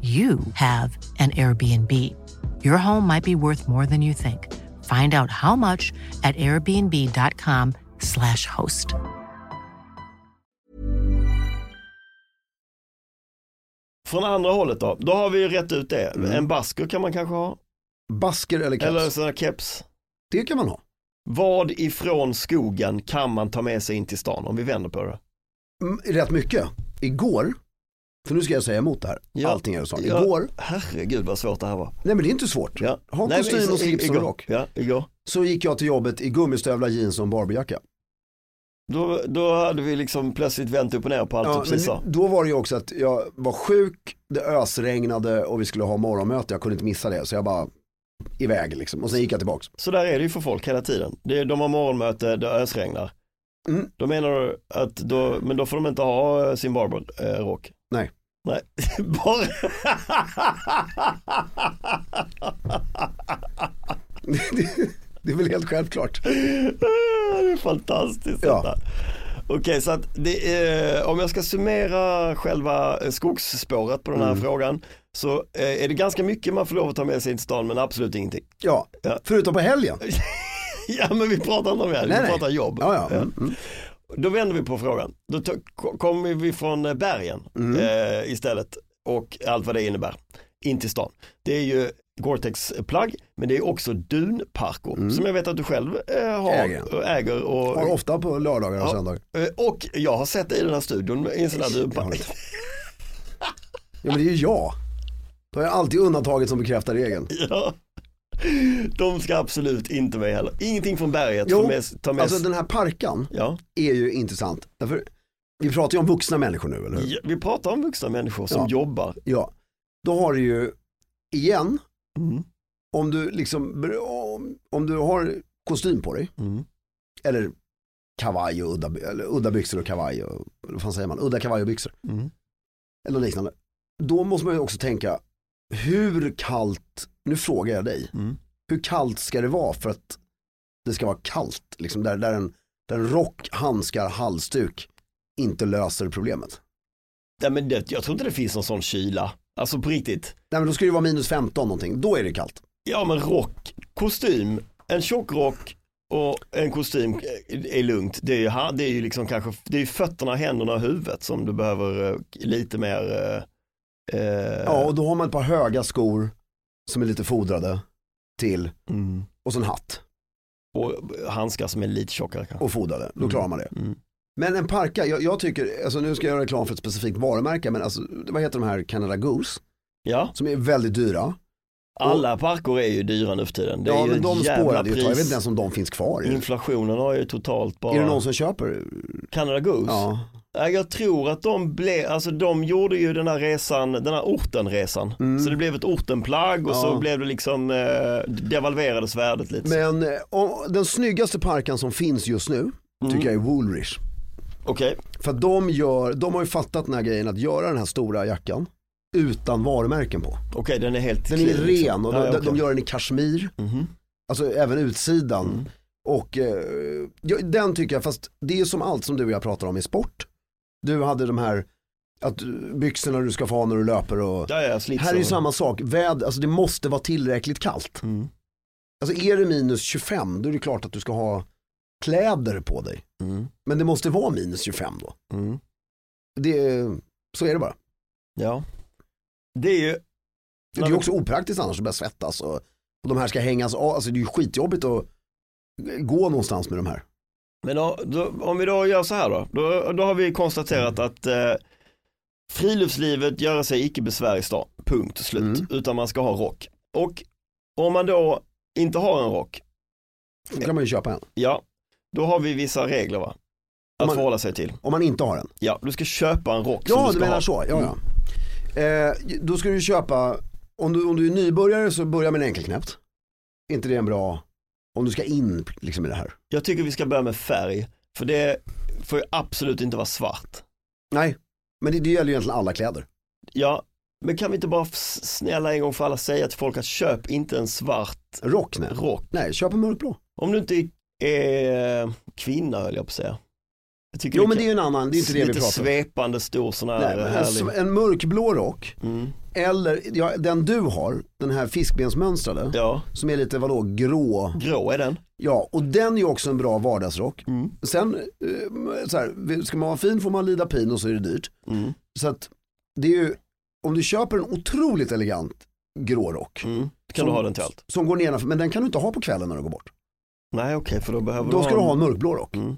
[SPEAKER 4] you have an Airbnb. Your home might be worth more than you think. Find out how much at airbnb.com/slash host.
[SPEAKER 2] Från andra hållet då, då har vi ju rätt ut det. En basker kan man kanske ha,
[SPEAKER 3] Basker eller Mm. keps,
[SPEAKER 2] eller sådana keps.
[SPEAKER 3] det kan man ha.
[SPEAKER 2] Vad ifrån skogen kan man ta med sig in till stan om vi vänder på det?
[SPEAKER 3] Mm, Rätt mycket. Igår, för nu ska jag säga emot det här, allting är det så.
[SPEAKER 2] Ja.
[SPEAKER 3] Igår,
[SPEAKER 2] Herregud vad svårt det här var.
[SPEAKER 3] nej men det är inte svårt.
[SPEAKER 2] Ja.
[SPEAKER 3] Ha
[SPEAKER 2] Nej, men
[SPEAKER 3] kostym och
[SPEAKER 2] i- i-
[SPEAKER 3] slips och
[SPEAKER 2] igår.
[SPEAKER 3] rock.
[SPEAKER 2] Ja, igår.
[SPEAKER 3] Så gick jag till jobbet i gummistövlar, jeans och en Barbiejacka.
[SPEAKER 2] Då, då hade vi liksom plötsligt vänt upp och ner på allt du
[SPEAKER 3] men
[SPEAKER 2] precis sa.
[SPEAKER 3] då var det ju också att jag var sjuk, det ösregnade och vi skulle ha morgonmöte. Jag kunde inte missa det så jag bara iväg liksom. Och sen gick jag tillbaks.
[SPEAKER 2] Så där är det ju för folk hela tiden. Det är, de har morgonmöte, det ösregnar.
[SPEAKER 3] Mm.
[SPEAKER 2] Då menar du att då, men då får de inte ha eh, sin barberrock?
[SPEAKER 3] Nej.
[SPEAKER 2] Nej, bara...
[SPEAKER 3] det är väl helt självklart.
[SPEAKER 2] det är fantastiskt
[SPEAKER 3] Ja.
[SPEAKER 2] detta. Okej, så att det är, om jag ska summera själva eh, skogsspåret på den här
[SPEAKER 3] Mm.
[SPEAKER 2] frågan så eh, är det ganska mycket man får lov att ta med sig in till stan men absolut ingenting.
[SPEAKER 3] Ja,
[SPEAKER 2] Ja.
[SPEAKER 3] förutom på helgen.
[SPEAKER 2] Ja men vi pratar inte om det, här, vi
[SPEAKER 3] nej.
[SPEAKER 2] pratar jobb.
[SPEAKER 3] Ja, ja. Mm, mm.
[SPEAKER 2] Då vänder vi på frågan. Då to- ko- kommer vi från eh, bergen
[SPEAKER 3] Mm.
[SPEAKER 2] eh, istället och allt vad det innebär in till stan. Det är ju Gore-Tex-plagg men det är också dunparkor som jag vet att du själv eh, har,
[SPEAKER 3] Mm. Äger.
[SPEAKER 2] äger. äger och,
[SPEAKER 3] Har ofta på lördagar och
[SPEAKER 2] Ja,
[SPEAKER 3] söndagar.
[SPEAKER 2] eh, och jag har sett dig i den här studion i en sån här
[SPEAKER 3] Det har jag
[SPEAKER 2] dunpark.
[SPEAKER 3] inte. Ja men det är ju jag. Då har jag alltid undantaget som bekräftar regeln.
[SPEAKER 2] Ja. De ska absolut inte med heller. Ingenting från berget.
[SPEAKER 3] Jo,
[SPEAKER 2] ta med, ta med,
[SPEAKER 3] alltså den här parkan
[SPEAKER 2] ja.
[SPEAKER 3] är ju intressant. Därför, vi pratar ju om vuxna människor nu, eller hur?
[SPEAKER 2] Ja, Vi pratar om vuxna människor som
[SPEAKER 3] Mm. Ja.
[SPEAKER 2] jobbar.
[SPEAKER 3] Ja. Då har du ju, igen,
[SPEAKER 2] Mm.
[SPEAKER 3] om du liksom, om, om du har kostym på dig,
[SPEAKER 2] Mm.
[SPEAKER 3] eller kavaj och udda, eller udda byxor och kavaj, och, vad fan säger man, udda kavaj och byxor,
[SPEAKER 2] Mm.
[SPEAKER 3] eller liknande. Då måste man ju också tänka, hur kallt, nu frågar jag dig,
[SPEAKER 2] Mm.
[SPEAKER 3] hur kallt ska det vara för att det ska vara kallt? Liksom där, där, en, där en rock, handskar, halsduk inte löser problemet.
[SPEAKER 2] Nej, men det, jag tror inte det finns någon sån kyla. Alltså på riktigt.
[SPEAKER 3] Nej men då ska det vara minus 15 någonting, då är det kallt.
[SPEAKER 2] Ja men rock, kostym, en tjock rock och en kostym eh, är lugnt. Det är ju, ha- det är ju liksom kanske, det är ju fötterna, händerna och huvudet som du behöver eh, lite mer eh, eh,
[SPEAKER 3] Ja och då har man ett par höga skor som är lite fodrade till
[SPEAKER 2] mm.
[SPEAKER 3] och så en hatt
[SPEAKER 2] och handskar som är lite tjockare kanske.
[SPEAKER 3] och fodrade, då klarar man det.
[SPEAKER 2] Mm.
[SPEAKER 3] Men en parka, jag, jag tycker, alltså nu ska jag göra reklam för ett specifikt varumärke men alltså vad heter de här Canada Goose
[SPEAKER 2] Ja,
[SPEAKER 3] som är väldigt dyra.
[SPEAKER 2] alla parker är ju dyra nu för tiden. Det är
[SPEAKER 3] ja
[SPEAKER 2] ju
[SPEAKER 3] men
[SPEAKER 2] ett
[SPEAKER 3] de
[SPEAKER 2] jävla
[SPEAKER 3] spårade ju ett tag, jag vet
[SPEAKER 2] pris.
[SPEAKER 3] inte ens om de finns kvar.
[SPEAKER 2] Mm.
[SPEAKER 3] Är det,
[SPEAKER 2] Inflationen har ju totalt bara,
[SPEAKER 3] är det någon som köper?
[SPEAKER 2] Canada Goose?
[SPEAKER 3] Ja.
[SPEAKER 2] Ja, Jag tror att de blev, alltså de gjorde ju den här resan, den här ortenresan. Så det blev ett ortenplagg och
[SPEAKER 3] Mm. Ja.
[SPEAKER 2] så blev det liksom, eh, devalverades värdet lite.
[SPEAKER 3] Men eh, om- den snyggaste parkan som finns just nu tycker jag är Woolrich.
[SPEAKER 2] Okej,
[SPEAKER 3] För att de, gör, de har ju fattat den här grejen att göra den här stora jackan utan varumärken på.
[SPEAKER 2] okej den är helt
[SPEAKER 3] Den är
[SPEAKER 2] clean, liksom.
[SPEAKER 3] ren och de,
[SPEAKER 2] Ja, ja,
[SPEAKER 3] de- de
[SPEAKER 2] okej.
[SPEAKER 3] gör den i kashmir,
[SPEAKER 2] Mhm. Mm.
[SPEAKER 3] alltså även utsidan. Och eh, ja, den tycker jag, fast det är som allt som du och jag pratar om i sport. Du hade de här Att du- byxorna du ska få ha när du löper och...
[SPEAKER 2] Ja, ja, slips
[SPEAKER 3] Här är ju
[SPEAKER 2] och-
[SPEAKER 3] samma sak, Väd, alltså det måste vara tillräckligt kallt.
[SPEAKER 2] Mm.
[SPEAKER 3] Alltså är det minus 25 då är det klart att du ska ha kläder på dig.
[SPEAKER 2] Mm.
[SPEAKER 3] Men det måste vara minus 25 då. Det, så är det bara.
[SPEAKER 2] Ja. Det är ju,
[SPEAKER 3] Det är ju också opraktiskt annars att börja svettas och, och de här ska hängas av. Alltså det är ju skitjobbigt att gå någonstans med de här.
[SPEAKER 2] men då, då, om vi då gör så här då, då, då har vi konstaterat att eh, friluftslivet gör sig icke besvär i stan, punkt slut,
[SPEAKER 3] Mm.
[SPEAKER 2] utan man ska ha rock. Och om man då inte har en rock,
[SPEAKER 3] Då kan man ju köpa en.
[SPEAKER 2] ja, då har vi vissa regler va? Att
[SPEAKER 3] Man-
[SPEAKER 2] förhålla sig till.
[SPEAKER 3] Om man inte har en.
[SPEAKER 2] Ja, du ska köpa en rock som Mm. du
[SPEAKER 3] Ja du
[SPEAKER 2] ska
[SPEAKER 3] menar
[SPEAKER 2] ha.
[SPEAKER 3] så, ja ja. Eh, då ska du köpa, om du, om du är nybörjare så börja med en enkelknäppt. Är inte det en bra, om du ska in liksom i det här.
[SPEAKER 2] Jag tycker vi ska börja med färg, för det får ju absolut inte vara svart.
[SPEAKER 3] Nej, men det, det gäller ju egentligen alla kläder.
[SPEAKER 2] Ja, men kan vi inte bara f- snälla en gång för alla säga till folk att köp inte en svart
[SPEAKER 3] Rock nej.
[SPEAKER 2] rock.
[SPEAKER 3] Nej, köp en mörkblå.
[SPEAKER 2] Om du inte är kvinna höll jag på att säga. Jag tycker
[SPEAKER 3] Jo men det är ju en annan, det är inte det vi
[SPEAKER 2] lite
[SPEAKER 3] pratar om.
[SPEAKER 2] svepande stor sån här
[SPEAKER 3] Nej, men en,
[SPEAKER 2] härlig.
[SPEAKER 3] sv- en mörkblå rock,
[SPEAKER 2] Mm.
[SPEAKER 3] eller ja, den du har, den här fiskbensmönstrade,
[SPEAKER 2] Ja,
[SPEAKER 3] som är lite vadå, grå.
[SPEAKER 2] grå är den.
[SPEAKER 3] Ja, och den är ju också en bra vardagsrock.
[SPEAKER 2] Mm.
[SPEAKER 3] Sen, eh, så här, ska man vara fin får man lida pin och så är det dyrt.
[SPEAKER 2] Mm,
[SPEAKER 3] Så att det är ju, om du köper en otroligt elegant grå rock.
[SPEAKER 2] Mm. Kan
[SPEAKER 3] som-
[SPEAKER 2] du ha den till allt?
[SPEAKER 3] Som går nedanför, men den kan du inte ha på kvällen när du går bort.
[SPEAKER 2] Nej okej, för då behöver
[SPEAKER 3] Då ska du ha en
[SPEAKER 2] en...
[SPEAKER 3] mörkblå rock.
[SPEAKER 2] Mm.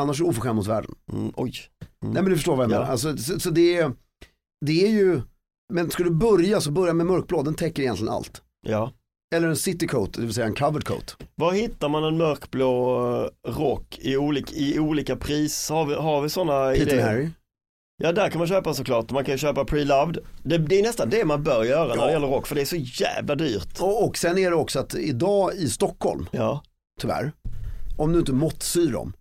[SPEAKER 3] Annars är du oförskämd mot världen.
[SPEAKER 2] Mm. Oj,
[SPEAKER 3] Nej men du förstår vad jag
[SPEAKER 2] Ja.
[SPEAKER 3] menar. Alltså, så, så det, är, det är ju, men ska du börja så börja med mörkblå, den täcker egentligen allt.
[SPEAKER 2] ja.
[SPEAKER 3] Eller en city coat, det vill säga en covered coat.
[SPEAKER 2] Var hittar man en mörkblå eh, rock i olika, i olika pris? Har vi, har vi sådana
[SPEAKER 3] Peter Harry.
[SPEAKER 2] Ja, där kan man köpa såklart. Man kan köpa pre-loved. Det, det är nästan det man bör göra när det gäller rock, för det är så jävla dyrt.
[SPEAKER 3] Och, och sen är det också att idag i Stockholm,
[SPEAKER 2] Ja,
[SPEAKER 3] tyvärr, om du inte måttsyr dem,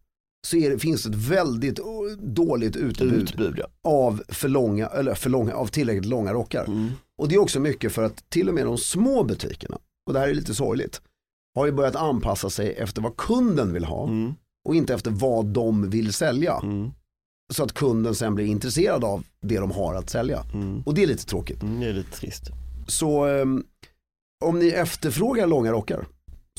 [SPEAKER 3] så är det, finns ett väldigt oh, dåligt utbud
[SPEAKER 2] utbud ja.
[SPEAKER 3] av för långa, eller för långa, av tillräckligt långa rockar.
[SPEAKER 2] Mm.
[SPEAKER 3] Och det är också mycket för att till och med de små butikerna, och det här är lite sorgligt, har ju börjat anpassa sig efter vad kunden vill ha
[SPEAKER 2] Mm.
[SPEAKER 3] och inte efter vad de vill sälja. Så att kunden sen blir intresserad av det de har att sälja. Och det är lite tråkigt.
[SPEAKER 2] Mm, det är lite trist.
[SPEAKER 3] Så ehm, om ni efterfrågar långa rockar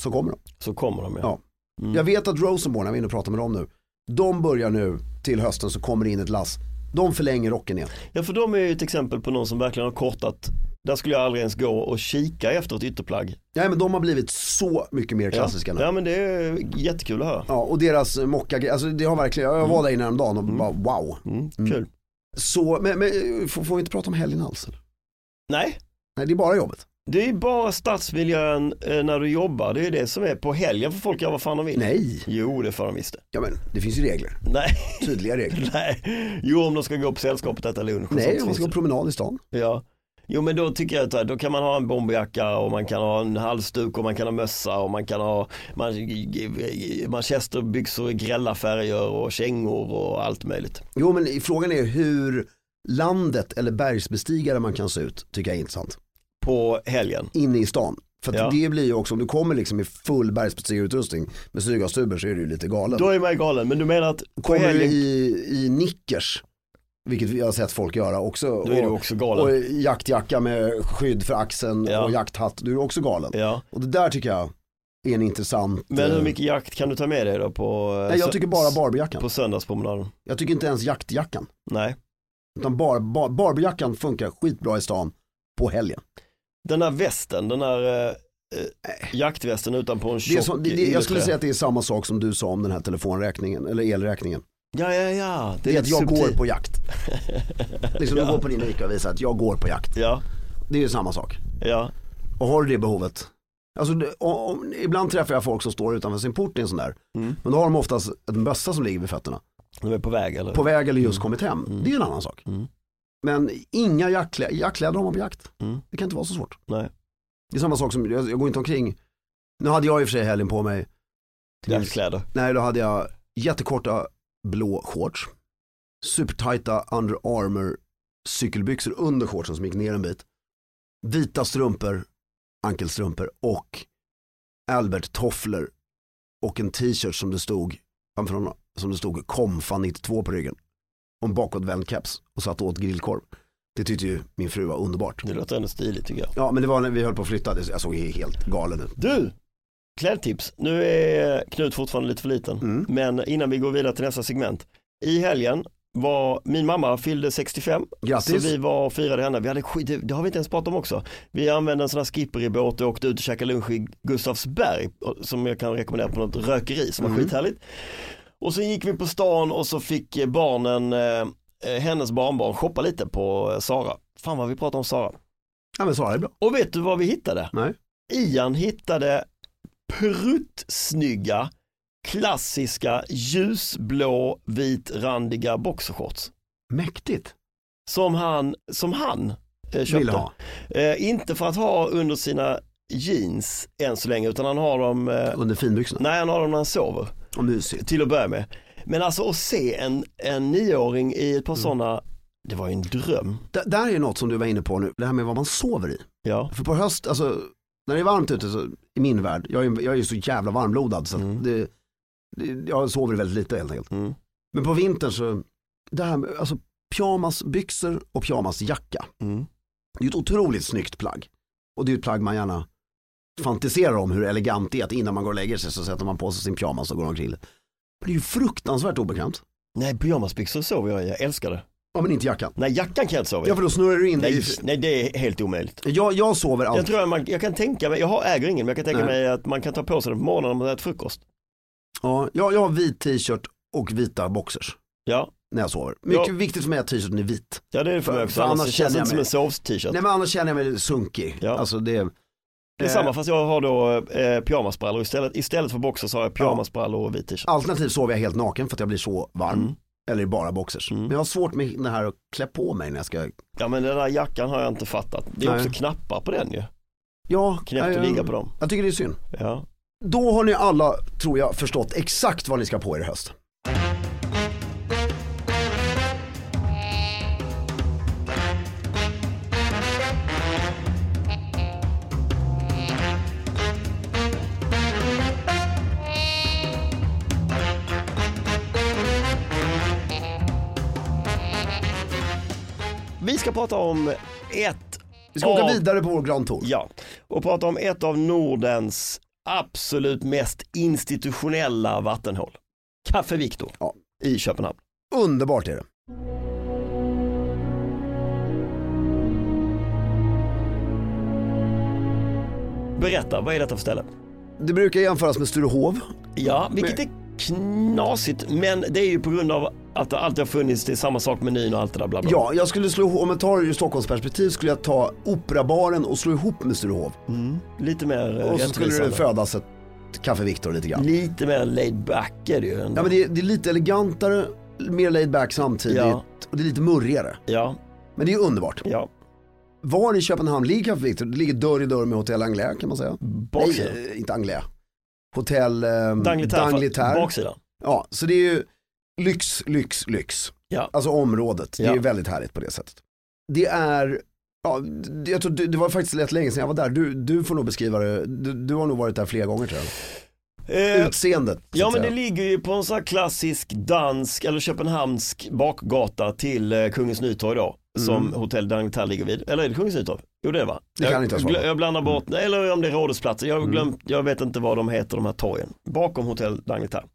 [SPEAKER 3] så kommer de.
[SPEAKER 2] Så kommer de ja. Mm.
[SPEAKER 3] Ja. Jag vet att Rosenborn, jag var inne och pratade med dem nu, de börjar nu till hösten så kommer det in ett lass. De förlänger rocken igen.
[SPEAKER 2] Ja, för de är ju ett exempel på någon som verkligen har kortat. Där skulle jag aldrig ens gå och kika efter ett ytterplagg.
[SPEAKER 3] Nej men de har blivit så mycket mer klassiska
[SPEAKER 2] ja.
[SPEAKER 3] nu.
[SPEAKER 2] ja, men det är jättekul att höra.
[SPEAKER 3] Ja, och deras mocka alltså det har verkligen, jag var där inne häromdagen och bara wow.
[SPEAKER 2] Mm, Kul.
[SPEAKER 3] Så, men, men eh, får, får vi inte prata om helgen alls? eller?
[SPEAKER 2] Nej,
[SPEAKER 3] Nej, det är bara jobbet.
[SPEAKER 2] det är bara stadsmiljön eh, när du jobbar. Det är det som är på helgen för folk gör vad fan de vill.
[SPEAKER 3] Nej,
[SPEAKER 2] Jo, det får de visst det.
[SPEAKER 3] ja men det finns ju regler,
[SPEAKER 2] Nej.
[SPEAKER 3] tydliga regler.
[SPEAKER 2] Nej, jo om de ska gå på sällskapet och äta lunch och
[SPEAKER 3] Nej,
[SPEAKER 2] sånt
[SPEAKER 3] man
[SPEAKER 2] finns
[SPEAKER 3] ska
[SPEAKER 2] det.
[SPEAKER 3] gå promenad i stan.
[SPEAKER 2] Ja. Jo men då tycker jag att då kan man ha en bomberjacka och man kan ha en halsduk och man kan ha mössa och man kan ha man, manchesterbyxor i grälla färger och kängor och allt möjligt.
[SPEAKER 3] Jo men i- frågan är hur landet eller bergsbestigare man kan se ut, tycker jag är intressant.
[SPEAKER 2] På helgen.
[SPEAKER 3] Inne i stan. För att
[SPEAKER 2] Ja.
[SPEAKER 3] det blir ju också, om du kommer liksom i full bergsbestigarutrustning med syrgastuber så är du ju lite galen.
[SPEAKER 2] Då är man ju galen men du menar att på
[SPEAKER 3] kommer du
[SPEAKER 2] helgen
[SPEAKER 3] i, i nickers, vilket vi har sett folk göra också.
[SPEAKER 2] då är du
[SPEAKER 3] och-
[SPEAKER 2] också galen.
[SPEAKER 3] Och jaktjacka med skydd för axeln
[SPEAKER 2] Ja.
[SPEAKER 3] och jakthatt, du är också galen.
[SPEAKER 2] Ja.
[SPEAKER 3] Och det där tycker jag är en intressant...
[SPEAKER 2] Men hur
[SPEAKER 3] eh,
[SPEAKER 2] mycket jakt kan du ta med dig då på, eh,
[SPEAKER 3] Nej, jag
[SPEAKER 2] sö-
[SPEAKER 3] tycker bara Barbiejackan.
[SPEAKER 2] på söndagspromenaden?
[SPEAKER 3] Jag tycker inte ens jaktjackan.
[SPEAKER 2] Nej.
[SPEAKER 3] Utan bar, bar, Barbiejackan funkar skitbra i stan på helgen.
[SPEAKER 2] Den där västen, den där eh, eh, jaktvästen utanpå en tjock
[SPEAKER 3] Det är som, det, det, jag skulle
[SPEAKER 2] yllträ.
[SPEAKER 3] säga att det är samma sak som du sa om den här telefonräkningen, eller elräkningen.
[SPEAKER 2] Ja, ja, ja.
[SPEAKER 3] Det är att jag
[SPEAKER 2] subtilt.
[SPEAKER 3] går på jakt. Liksom du går på din Ica och visar att jag går på jakt.
[SPEAKER 2] Ja,
[SPEAKER 3] Det är ju samma sak.
[SPEAKER 2] ja.
[SPEAKER 3] Och har du det behovet? Alltså, det, och, och, ibland träffar jag folk som står utanför sin port i en sån där. Men då har de oftast en bössa som ligger vid fötterna.
[SPEAKER 2] De är på väg eller?
[SPEAKER 3] På väg eller just kommit hem. Det är ju en annan sak. Men inga jackkläder, jackkläder har man på jakt.
[SPEAKER 2] Mm.
[SPEAKER 3] Det kan inte vara så svårt.
[SPEAKER 2] Nej.
[SPEAKER 3] Det är samma sak som, jag, jag går inte omkring. Nu hade jag i och för sig helgen på mig.
[SPEAKER 2] Jaktkläder.
[SPEAKER 3] Nej, då hade jag jättekorta blå shorts. Supertajta Under Armour cykelbyxor under shortsen som gick ner en bit. Vita strumpor, ankelstrumpor och Albert tofflor och en t-shirt som det stod, framför honom, som det stod Komfa 92 på ryggen. och en bakåtvänd keps och satt och åt grillkorv. Det tyckte ju min fru var underbart.
[SPEAKER 2] Det låter ändå stiligt tycker jag.
[SPEAKER 3] Ja men det var när vi höll på att flytta, Det- jag såg helt galen ut.
[SPEAKER 2] Du, klädtips. Nu är Knut fortfarande lite för liten.
[SPEAKER 3] Mm.
[SPEAKER 2] Men innan vi går vidare till nästa segment. I helgen var min mamma fyllde 65
[SPEAKER 3] Grattis.
[SPEAKER 2] Så vi var och firade henne. Vi hade skit, det- det har vi inte ens pratat om också. Vi använde en sån här skipperibåt och åkte ut och käkade lunch i Gustavsberg som jag kan rekommendera på något rökeri som var
[SPEAKER 3] Mm.
[SPEAKER 2] skithärligt. Och så gick vi på stan och så fick eh, barnen, eh, eh, hennes barnbarn shoppa lite på eh, Sara. Fan vad vi pratar om Sara.
[SPEAKER 3] Ja men Sara är bra.
[SPEAKER 2] Och vet du vad vi hittade?
[SPEAKER 3] Nej.
[SPEAKER 2] Ian hittade pruttsnygga klassiska ljusblå vitrandiga boxershorts
[SPEAKER 3] Mäktigt.
[SPEAKER 2] som han, som han eh, köpte.
[SPEAKER 3] Vill ha.
[SPEAKER 2] Eh, inte för att ha under sina jeans än så länge utan han har dem, eh,
[SPEAKER 3] Under finbyxorna.
[SPEAKER 2] nej han har dem när han sover
[SPEAKER 3] Och mysigt.
[SPEAKER 2] till att börja med. Men alltså att se en, en nioåring i
[SPEAKER 3] Mm.
[SPEAKER 2] ett par sådana, det var ju en dröm.
[SPEAKER 3] D- där är något som du var inne på nu, det här med vad man sover i.
[SPEAKER 2] Ja,
[SPEAKER 3] För på höst, alltså när det är varmt ute så, i min värld, jag är, jag är ju så jävla varmblodad så att
[SPEAKER 2] Mm.
[SPEAKER 3] det, det, jag sover väldigt lite helt enkelt.
[SPEAKER 2] Mm.
[SPEAKER 3] Men på vintern så, det här med, alltså pyjamasbyxor och pyjamasjacka,
[SPEAKER 2] mm.
[SPEAKER 3] det är ju ett otroligt snyggt plagg. Och det är ju ett plagg man gärna fantiserar om hur elegant det är att innan man går och lägger sig så sätter man på sig sin pyjamas och går omkring. Men det är ju fruktansvärt obekvämt.
[SPEAKER 2] nej pyjamasbyxor sover jag i, jag älskar det.
[SPEAKER 3] Ja men inte jackan.
[SPEAKER 2] Nej jackan kan jag inte sova i.
[SPEAKER 3] Ja för då snurrar du in dig
[SPEAKER 2] Nej,
[SPEAKER 3] i-
[SPEAKER 2] nej det är helt omöjligt.
[SPEAKER 3] jag, jag sover
[SPEAKER 2] Jag,
[SPEAKER 3] alltid.
[SPEAKER 2] tror att man, jag kan tänka mig, jag har, äger ingen men jag kan tänka
[SPEAKER 3] Nej.
[SPEAKER 2] mig att man kan ta på sig den på morgonen om man äter frukost.
[SPEAKER 3] Ja, jag, jag har vit t-shirt och vita boxers
[SPEAKER 2] Ja,
[SPEAKER 3] när jag sover. Mycket
[SPEAKER 2] Ja.
[SPEAKER 3] viktigt för mig att t-shirten är vit.
[SPEAKER 2] ja det är det för mig
[SPEAKER 3] För-
[SPEAKER 2] också.
[SPEAKER 3] för
[SPEAKER 2] annars
[SPEAKER 3] annars
[SPEAKER 2] känns det
[SPEAKER 3] känner
[SPEAKER 2] inte som
[SPEAKER 3] jag
[SPEAKER 2] en sovs-t-shirt.
[SPEAKER 3] Nej men annars känner jag mig sunkig.
[SPEAKER 2] Ja.
[SPEAKER 3] Alltså det, Eh,
[SPEAKER 2] det är samma fast jag har då eh, pyjamasbrallor istället, istället för boxers har jag pyjamasbrallor och vit t-shirt.
[SPEAKER 3] alternativt sover jag helt naken för att jag blir så varm.
[SPEAKER 2] Mm.
[SPEAKER 3] Eller i bara boxers. Men jag har svårt med det här att klä på mig när jag ska,
[SPEAKER 2] Ja men den där jackan har jag inte fattat. Det är
[SPEAKER 3] Nej.
[SPEAKER 2] också knappar på den ju.
[SPEAKER 3] ja.
[SPEAKER 2] Knäppt
[SPEAKER 3] nej,
[SPEAKER 2] att
[SPEAKER 3] jag-
[SPEAKER 2] ligga på dem.
[SPEAKER 3] Jag tycker det är synd.
[SPEAKER 2] Ja.
[SPEAKER 3] Då har ni alla, tror jag, förstått exakt vad ni ska på er i höst.
[SPEAKER 2] Vi ska prata om ett
[SPEAKER 3] Vi ska åka
[SPEAKER 2] av-
[SPEAKER 3] vidare på vår Grand Tour.
[SPEAKER 2] Ja, och prata om ett av Nordens absolut mest institutionella vattenhål. Café Victor
[SPEAKER 3] Ja.
[SPEAKER 2] i Köpenhamn.
[SPEAKER 3] Underbart är det.
[SPEAKER 2] Berätta, vad är detta för ställe?
[SPEAKER 3] Det brukar jämföras med Sturehov.
[SPEAKER 2] Ja, vilket är knasigt, men det är ju på grund av att det alltid har funnits, det är samma sak med menyn och allt det där bla bla. bla.
[SPEAKER 3] Ja, jag skulle slå ihop, om jag tar det ur Stockholmsperspektiv skulle jag ta Operabaren och slå ihop med Sturehov.
[SPEAKER 2] Lite mer eh,
[SPEAKER 3] Och så skulle det
[SPEAKER 2] rättvisande.
[SPEAKER 3] födas ett Café Victor lite grann.
[SPEAKER 2] Lite mer laid back är det ju. ändå.
[SPEAKER 3] Ja men det är, det är lite elegantare, mer laid back samtidigt
[SPEAKER 2] Ja.
[SPEAKER 3] och det är lite murrigare.
[SPEAKER 2] ja,
[SPEAKER 3] Men det är underbart.
[SPEAKER 2] ja.
[SPEAKER 3] Var i Köpenhamn ligger Café Victor? Det ligger dörr i dörr med Hotel Anglais kan man säga.
[SPEAKER 2] Baksidan.
[SPEAKER 3] Nej, eh, inte Anglais. Hotell ehm,
[SPEAKER 2] Danglitär.
[SPEAKER 3] Danglitär.
[SPEAKER 2] Baksidan.
[SPEAKER 3] Ja, så det är ju lyx, lyx, lyx.
[SPEAKER 2] Ja.
[SPEAKER 3] Alltså området, det
[SPEAKER 2] Ja.
[SPEAKER 3] är ju väldigt härligt på det sättet. Det är, ja, det- jag tror, det det var faktiskt rätt länge sedan jag var där. Du, du får nog beskriva det, du, du har nog varit där flera gånger tror jag.
[SPEAKER 2] Eh,
[SPEAKER 3] Utseendet. så
[SPEAKER 2] Ja
[SPEAKER 3] att
[SPEAKER 2] men det
[SPEAKER 3] säga.
[SPEAKER 2] ligger ju på en sån här klassisk dansk eller köpenhamnsk bakgata till eh, Kungens Nytorg då. Som hotell Danglitär ligger vid. Eller är det Kungens Nytorg? Jo det är det, va?
[SPEAKER 3] Mm. Det kan
[SPEAKER 2] jag,
[SPEAKER 3] inte Mm. jag svara
[SPEAKER 2] gl-
[SPEAKER 3] på.
[SPEAKER 2] jag blandar bort, nej, eller om det är Rådhusplatsen.
[SPEAKER 3] Mm.
[SPEAKER 2] Jag, har glömt, jag vet inte vad de heter de här torgen. Bakom hotell Danglitär.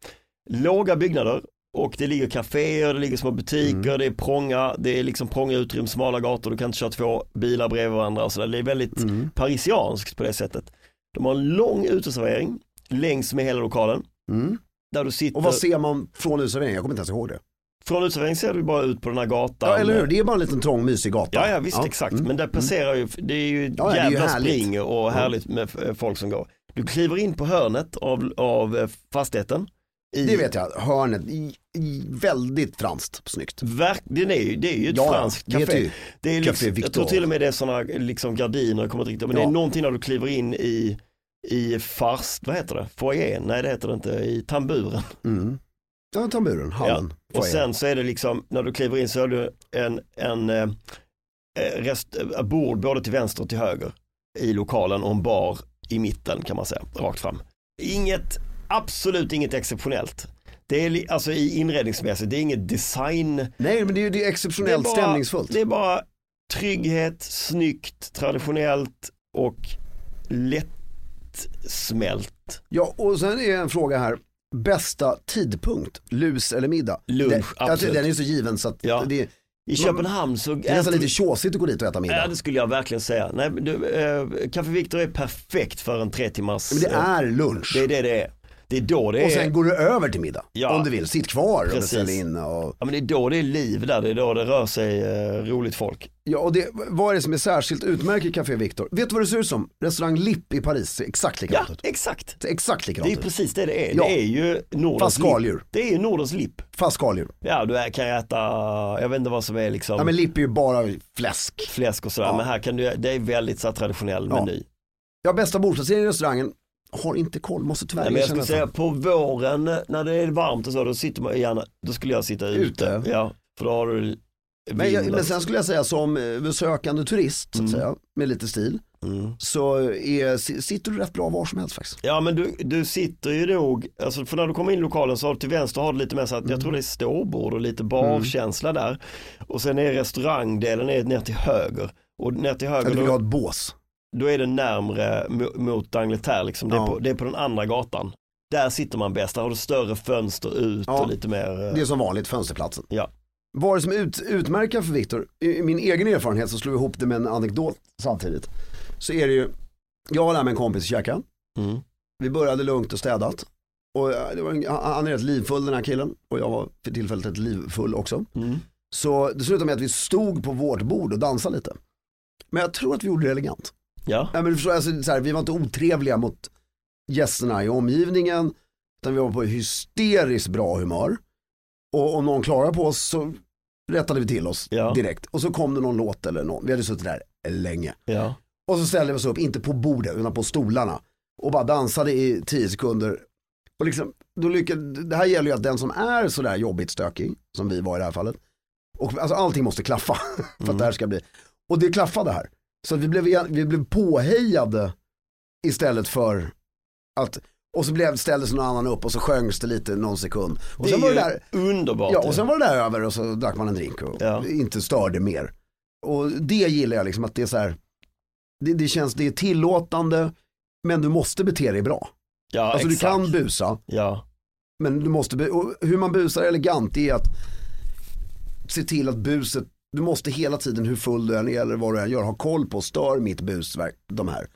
[SPEAKER 2] Låga byggnader och det ligger kaféer, det ligger små butiker,
[SPEAKER 3] Mm.
[SPEAKER 2] det är prånga, det är liksom prånga utrymmen, smala gator, du kan inte köra två bilar bredvid varandra och sådär. Det är väldigt
[SPEAKER 3] Mm.
[SPEAKER 2] parisianskt på det sättet. De har en lång uteservering längs med hela lokalen.
[SPEAKER 3] Mm.
[SPEAKER 2] Där du sitter,
[SPEAKER 3] Och vad ser man från uteserveringen? Jag kommer inte ens ihåg det.
[SPEAKER 2] från uteserveringen ser du bara ut på den här gatan.
[SPEAKER 3] Ja eller hur, det är bara en liten trång mysig gata.
[SPEAKER 2] Ja, ja visst exakt,
[SPEAKER 3] Mm.
[SPEAKER 2] men där passerar ju, det är ju
[SPEAKER 3] ja, det är ju
[SPEAKER 2] jävla
[SPEAKER 3] härligt. Mm.
[SPEAKER 2] spring och härligt med eh, folk som går. Du kliver in på hörnet av, av eh, fastigheten. I,
[SPEAKER 3] Det vet jag, hörnet, i, i, väldigt franskt snyggt.
[SPEAKER 2] Verk, det, är ju, det är ju ett
[SPEAKER 3] Ja, ja.
[SPEAKER 2] franskt
[SPEAKER 3] Det heter
[SPEAKER 2] café.
[SPEAKER 3] ju
[SPEAKER 2] Det är
[SPEAKER 3] Café
[SPEAKER 2] liksom, jag
[SPEAKER 3] Victor.
[SPEAKER 2] tror till och med det är sådana liksom gardiner, jag kommer inte riktigt, men det är
[SPEAKER 3] Ja.
[SPEAKER 2] någonting när du kliver in i, i farst, vad heter det, foajén, nej det heter det inte, i tamburen.
[SPEAKER 3] Mm. Ja, tamburen, hallen.
[SPEAKER 2] Ja. Och
[SPEAKER 3] foajén.
[SPEAKER 2] sen så är det liksom, när du kliver in så har du en, en eh, eh, rest, eh, bord både till vänster och till höger i lokalen och en bar i mitten kan man säga, rakt fram. Inget, absolut inget exceptionellt. Det är li- alltså i inredningsmässigt, det är inget design.
[SPEAKER 1] Nej men det är ju det är
[SPEAKER 2] Det är
[SPEAKER 1] exceptionellt
[SPEAKER 2] bara-
[SPEAKER 1] stämningsfullt.
[SPEAKER 2] Det är bara trygghet, snyggt, traditionellt och lättsmält.
[SPEAKER 1] Ja och sen är en fråga här. Bästa tidpunkt, lus eller middag?
[SPEAKER 2] Lunch,
[SPEAKER 1] den, jag tycker
[SPEAKER 2] absolut.
[SPEAKER 1] Den är ju så given så att
[SPEAKER 2] Ja.
[SPEAKER 1] det,
[SPEAKER 2] I Köpenhamn så
[SPEAKER 1] det är nästan
[SPEAKER 2] äter-
[SPEAKER 1] lite tjåsigt att gå dit och äta middag.
[SPEAKER 2] Ja det skulle jag verkligen säga. Nej, men du, eh, Café Victor är perfekt för en tre timmars...
[SPEAKER 1] men det
[SPEAKER 2] eh,
[SPEAKER 1] är lunch.
[SPEAKER 2] det är det det är. Det är då det
[SPEAKER 1] och
[SPEAKER 2] är...
[SPEAKER 1] sen går du över till middag.
[SPEAKER 2] Ja.
[SPEAKER 1] Om du vill, sitt kvar och
[SPEAKER 2] Precis.
[SPEAKER 1] beställ in. Och,
[SPEAKER 2] Ja men det är då det är liv där, det är då det rör sig eh, roligt folk.
[SPEAKER 1] ja, och det, vad är det som är särskilt utmärker Café Victor? Vet du vad det ser ut som? Restaurang Lipp i Paris ser exakt
[SPEAKER 2] Ja,
[SPEAKER 1] likadant ut.
[SPEAKER 2] exakt.
[SPEAKER 1] Ser Exakt
[SPEAKER 2] Det
[SPEAKER 1] likadant
[SPEAKER 2] är
[SPEAKER 1] ut.
[SPEAKER 2] precis det det är.
[SPEAKER 1] Ja.
[SPEAKER 2] Det är ju Nordens
[SPEAKER 1] Fast skaldjur.
[SPEAKER 2] lipp. Det är ju Nordens lipp.
[SPEAKER 1] Fast skaldjur.
[SPEAKER 2] Ja, du är- kan äta, jag vet inte vad som är liksom
[SPEAKER 1] Ja men Lipp är ju bara fläsk.
[SPEAKER 2] fläsk och sådär.
[SPEAKER 1] Ja.
[SPEAKER 2] Men här kan du, det är väldigt så här, traditionell
[SPEAKER 1] Ja.
[SPEAKER 2] meny.
[SPEAKER 1] Ja bästa bordsplacering i restaurangen. Har inte koll, måste tyvärr
[SPEAKER 2] Nej, men jag
[SPEAKER 1] erkänna
[SPEAKER 2] skulle
[SPEAKER 1] det.
[SPEAKER 2] säga på våren när det är varmt och så, då sitter man gärna, då skulle jag sitta ute.
[SPEAKER 1] Ute?
[SPEAKER 2] Ja, för då har du
[SPEAKER 1] Men, jag,
[SPEAKER 2] vinden.
[SPEAKER 1] men sen skulle jag säga som eh, besökande turist, så att säga, med lite stil,
[SPEAKER 2] Mm.
[SPEAKER 1] så är, si- sitter du rätt bra var som helst faktiskt.
[SPEAKER 2] Ja men du, du sitter ju nog, alltså för när du kommer in i lokalen så har du till vänster har du lite mer så att
[SPEAKER 1] Mm.
[SPEAKER 2] jag tror det är ståbord och lite barkänsla där. Och sen är restaurangdelen är ner till höger. Och ner till
[SPEAKER 1] Jag
[SPEAKER 2] höger
[SPEAKER 1] vill ha
[SPEAKER 2] då,
[SPEAKER 1] ett bås.
[SPEAKER 2] då är det närmre mo- mot D'Angleterre liksom. Det, är
[SPEAKER 1] Ja.
[SPEAKER 2] på, det är på den andra gatan. Där sitter man bäst, där har du större fönster ut
[SPEAKER 1] Ja.
[SPEAKER 2] och lite mer. eh,
[SPEAKER 1] Det är som vanligt, fönsterplatsen.
[SPEAKER 2] Ja.
[SPEAKER 1] Vad är det som ut, utmärker för Viktor? I i min egen erfarenhet så slår jag ihop det med en anekdot samtidigt. Så är det ju, jag var där med en kompis i käkade.
[SPEAKER 2] Mm.
[SPEAKER 1] Vi började lugnt och städat. Och eh, det var en, han han är rätt livfull den här killen och jag var för tillfället rätt livfull också.
[SPEAKER 2] Mm.
[SPEAKER 1] Så det slutade med att vi stod på vårt bord och dansade lite. Men jag tror att vi gjorde det elegant.
[SPEAKER 2] Ja.
[SPEAKER 1] Nej, men du förstår, alltså, så här, vi var inte otrevliga mot gästerna i omgivningen. Utan vi var på hysteriskt bra humör. Och om någon klagade på oss så rättade vi till oss
[SPEAKER 2] Ja.
[SPEAKER 1] direkt. Och så kom det någon låt eller någon. Vi hade suttit där länge.
[SPEAKER 2] ja.
[SPEAKER 1] Och så ställde vi oss upp, inte på bordet utan på stolarna. Och bara dansade i tio sekunder. Och liksom, då lyckades, det här gäller ju att den som är sådär jobbigt stökig, som vi var i det här fallet. Och alltså allting måste klaffa för att det här ska bli. Och det klaffade här. Så att vi blev, vi blev påhejade istället för att, och så blev, ställdes någon annan upp och så sjöngs det lite någon sekund. Och
[SPEAKER 2] Det är
[SPEAKER 1] sen var det
[SPEAKER 2] ju
[SPEAKER 1] där,
[SPEAKER 2] underbart.
[SPEAKER 1] Ja, och sen var det där över och så drack man en drink och
[SPEAKER 2] Ja.
[SPEAKER 1] inte störde mer. Och det gillar jag liksom att det är så här, det, det känns, det är tillåtande, men du måste bete dig bra.
[SPEAKER 2] ja,
[SPEAKER 1] alltså
[SPEAKER 2] exakt.
[SPEAKER 1] du kan busa,
[SPEAKER 2] Ja.
[SPEAKER 1] men du måste, bu- och hur man busar elegant är att se till att buset, du måste hela tiden hur full du än är eller vad du än gör, ha koll på, stör mitt bus verk- de här?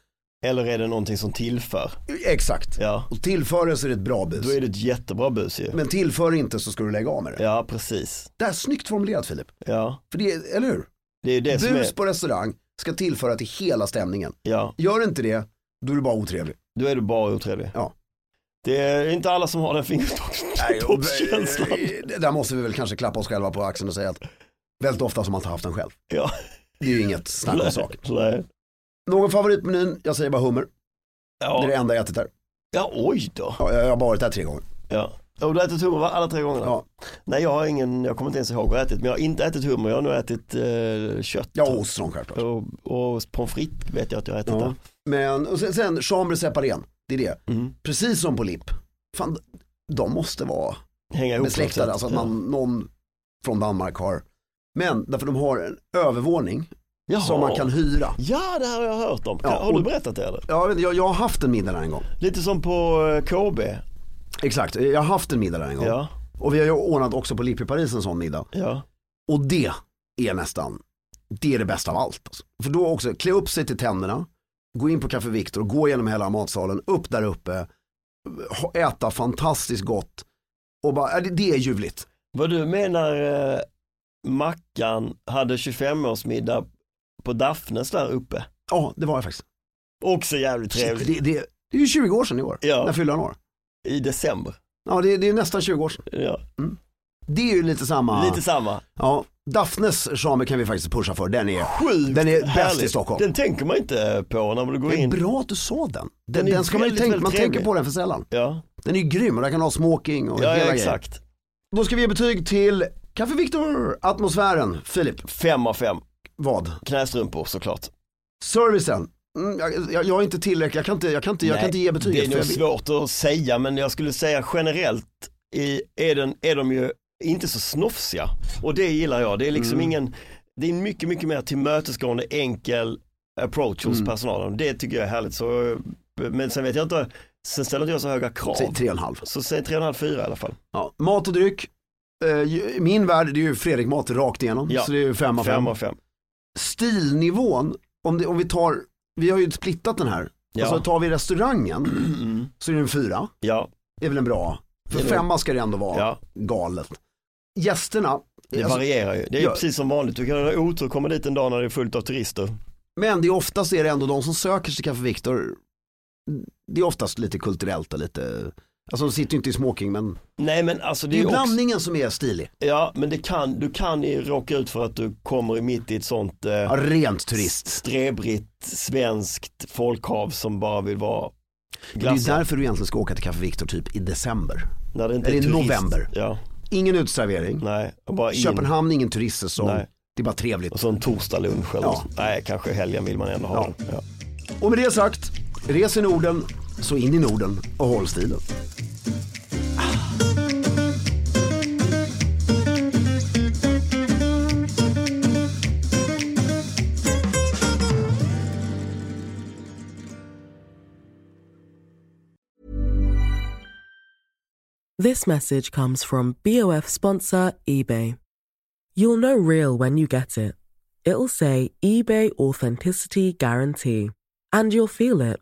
[SPEAKER 2] Eller är det någonting som tillför?
[SPEAKER 1] Exakt.
[SPEAKER 2] Ja.
[SPEAKER 1] Och tillför det så är det ett bra bus.
[SPEAKER 2] Då är det ett jättebra bus ju.
[SPEAKER 1] Men tillför inte så ska du lägga av med det.
[SPEAKER 2] Ja, precis.
[SPEAKER 1] Det här är snyggt formulerat Filip.
[SPEAKER 2] Ja,
[SPEAKER 1] För det, eller hur?
[SPEAKER 2] det är ju det som
[SPEAKER 1] Bus
[SPEAKER 2] är.
[SPEAKER 1] på restaurang ska tillföra till hela stämningen.
[SPEAKER 2] Ja,
[SPEAKER 1] Gör inte det, då är du bara otrevlig.
[SPEAKER 2] då är du bara otrevlig.
[SPEAKER 1] Ja.
[SPEAKER 2] Det är inte alla som har den fingertoppskänslan.
[SPEAKER 1] Eh, Där måste vi väl kanske klappa oss själva på axeln och säga att väldigt ofta har man inte haft den själv.
[SPEAKER 2] Ja.
[SPEAKER 1] Det är ju inget snack om saker.
[SPEAKER 2] Nej.
[SPEAKER 1] Någon favoritmenyn? Jag säger bara hummer. Det är det
[SPEAKER 2] Ja.
[SPEAKER 1] enda jag ätit där.
[SPEAKER 2] ja, oj då.
[SPEAKER 1] Ja, jag har bara varit där tre gånger.
[SPEAKER 2] Ja. Och du har ätit hummer va? alla tre gångerna?
[SPEAKER 1] Ja,
[SPEAKER 2] Nej, jag har ingen, jag kommer inte ens ihåg vad jag ätit, men jag har inte ätit hummer, jag har nog ätit eh, kött.
[SPEAKER 1] ja och ostron självklart.
[SPEAKER 2] och, och pommes frites vet jag att jag har ätit
[SPEAKER 1] Ja.
[SPEAKER 2] där.
[SPEAKER 1] Men, och sen, sen chambre separén, det är det.
[SPEAKER 2] Mm.
[SPEAKER 1] Precis som på LIP. Fan, de måste vara
[SPEAKER 2] Hänga ihop på något sätt.
[SPEAKER 1] besläktade, alltså att man, någon från Danmark har. Men därför de har en övervåning
[SPEAKER 2] ja.
[SPEAKER 1] som man kan hyra.
[SPEAKER 2] Ja, det här har jag hört om.
[SPEAKER 1] Ja,
[SPEAKER 2] har
[SPEAKER 1] och-
[SPEAKER 2] du berättat det eller?
[SPEAKER 1] Ja, men jag, jag har haft en middag där en gång.
[SPEAKER 2] Lite som på eh, KB.
[SPEAKER 1] Exakt, jag har haft en middag där en gång.
[SPEAKER 2] Ja,
[SPEAKER 1] Och vi har ju ordnat också på Lipp i Paris en sån middag.
[SPEAKER 2] ja.
[SPEAKER 1] Och det är nästan, det är det bästa av allt. Alltså. För då också, klä upp sig till tänderna, gå in på Café Victor, gå igenom hela matsalen, upp där uppe, ha- äta fantastiskt gott. Och bara, ja, det, det är ljuvligt.
[SPEAKER 2] Vad du menar eh, Mackan hade 25-årsmiddag på Daphnes där uppe.
[SPEAKER 1] Ja, det var jag faktiskt.
[SPEAKER 2] Också jävligt trevligt.
[SPEAKER 1] Det, det, det är ju 20 år sedan i år,
[SPEAKER 2] Ja.
[SPEAKER 1] när jag fyllde en år.
[SPEAKER 2] I december.
[SPEAKER 1] Ja, det, det är nästan 20 år sedan.
[SPEAKER 2] Ja.
[SPEAKER 1] Det är ju lite samma.
[SPEAKER 2] Lite samma.
[SPEAKER 1] Ja, Daphnes charme kan vi faktiskt pusha för, den är
[SPEAKER 2] Sjukt
[SPEAKER 1] Den är bäst
[SPEAKER 2] härligt.
[SPEAKER 1] i Stockholm.
[SPEAKER 2] Den tänker man inte på när du går
[SPEAKER 1] Det är
[SPEAKER 2] in.
[SPEAKER 1] bra att du sa den. Den,
[SPEAKER 2] är
[SPEAKER 1] den ska man ju
[SPEAKER 2] väldigt,
[SPEAKER 1] tänka,
[SPEAKER 2] väldigt
[SPEAKER 1] man tänker
[SPEAKER 2] trevlig.
[SPEAKER 1] på den för sällan.
[SPEAKER 2] Ja,
[SPEAKER 1] Den är ju grym och där kan du ha smoking och
[SPEAKER 2] ja,
[SPEAKER 1] hela
[SPEAKER 2] ja
[SPEAKER 1] grejen.
[SPEAKER 2] exakt.
[SPEAKER 1] Då ska vi ge betyg till Café Victor, atmosfären, Filip,
[SPEAKER 2] Fem av fem.
[SPEAKER 1] vad?
[SPEAKER 2] Knästrumpor såklart.
[SPEAKER 1] Servicen, mm, jag, jag, jag är inte tillräcklig, jag kan inte, jag kan inte, jag
[SPEAKER 2] Nej,
[SPEAKER 1] kan inte ge betyg.
[SPEAKER 2] Det är
[SPEAKER 1] för
[SPEAKER 2] nog
[SPEAKER 1] jag-
[SPEAKER 2] svårt att säga men jag skulle säga generellt i, är, den, är de ju inte så snofsiga och det gillar jag. Det är
[SPEAKER 3] Mm.
[SPEAKER 2] liksom ingen, det är en mycket, mycket mer tillmötesgående enkel approach
[SPEAKER 3] Mm.
[SPEAKER 2] hos personalen. Det tycker jag är härligt. Så, men sen vet jag inte, sen ställer inte jag så höga krav.
[SPEAKER 3] Säg tre och en halv.
[SPEAKER 2] Så säg 3,5-4 i alla fall.
[SPEAKER 3] Ja, mat och dryck. Eh, ju- Min värld det är ju Fredrik-mat rakt igenom.
[SPEAKER 2] Ja.
[SPEAKER 3] Så det är ju fem av fem.
[SPEAKER 2] Fem av fem.
[SPEAKER 3] Stilnivån, om, det, om vi tar, vi har ju splittat den här.
[SPEAKER 2] Ja.
[SPEAKER 3] Alltså tar vi restaurangen så är det en fyra.
[SPEAKER 2] Ja,
[SPEAKER 3] Det är väl en bra. För
[SPEAKER 2] Det är
[SPEAKER 3] femma ska det ändå vara
[SPEAKER 2] Ja.
[SPEAKER 3] galet. Gästerna,
[SPEAKER 2] det
[SPEAKER 3] alltså,
[SPEAKER 2] varierar ju. Det är ju
[SPEAKER 3] ja.
[SPEAKER 2] precis som vanligt. Du kan ha otur och komma dit en dag när det är fullt av turister.
[SPEAKER 3] men det är oftast är det ändå de som söker sig till Café Victor. Det är oftast lite kulturellt och lite, alltså de sitter ju inte i smoking men
[SPEAKER 2] Nej men alltså det
[SPEAKER 3] det
[SPEAKER 2] är
[SPEAKER 3] är
[SPEAKER 2] ju
[SPEAKER 3] ju
[SPEAKER 2] också,
[SPEAKER 3] blandningen som är stilig.
[SPEAKER 2] ja men det kan, du kan ju råka ut för att du kommer i mitt i ett sånt eh,
[SPEAKER 3] Ja, rent turist.
[SPEAKER 2] strebrigt svenskt folkhav som bara vill vara
[SPEAKER 3] Det är ju
[SPEAKER 2] glassar.
[SPEAKER 3] därför du egentligen ska åka till Café Victor typ i december.
[SPEAKER 2] när det inte
[SPEAKER 3] eller i
[SPEAKER 2] turist.
[SPEAKER 3] november.
[SPEAKER 2] Ja,
[SPEAKER 3] Ingen utservering.
[SPEAKER 2] nej, och bara in.
[SPEAKER 3] Köpenhamn är ingen turistsäsong.
[SPEAKER 2] Nej.
[SPEAKER 3] Det är bara trevligt.
[SPEAKER 2] Och så en torsdaglunch eller
[SPEAKER 3] Ja.
[SPEAKER 2] så. Nej, kanske helgen vill man ändå ha
[SPEAKER 3] Ja.
[SPEAKER 2] den. Ja.
[SPEAKER 3] Och med det sagt, res i Norden, så in i Norden och håll stilen.
[SPEAKER 5] This message comes from BOF sponsor eBay. You'll know real when you get it. It'll say eBay Authenticity Guarantee. And you'll feel it.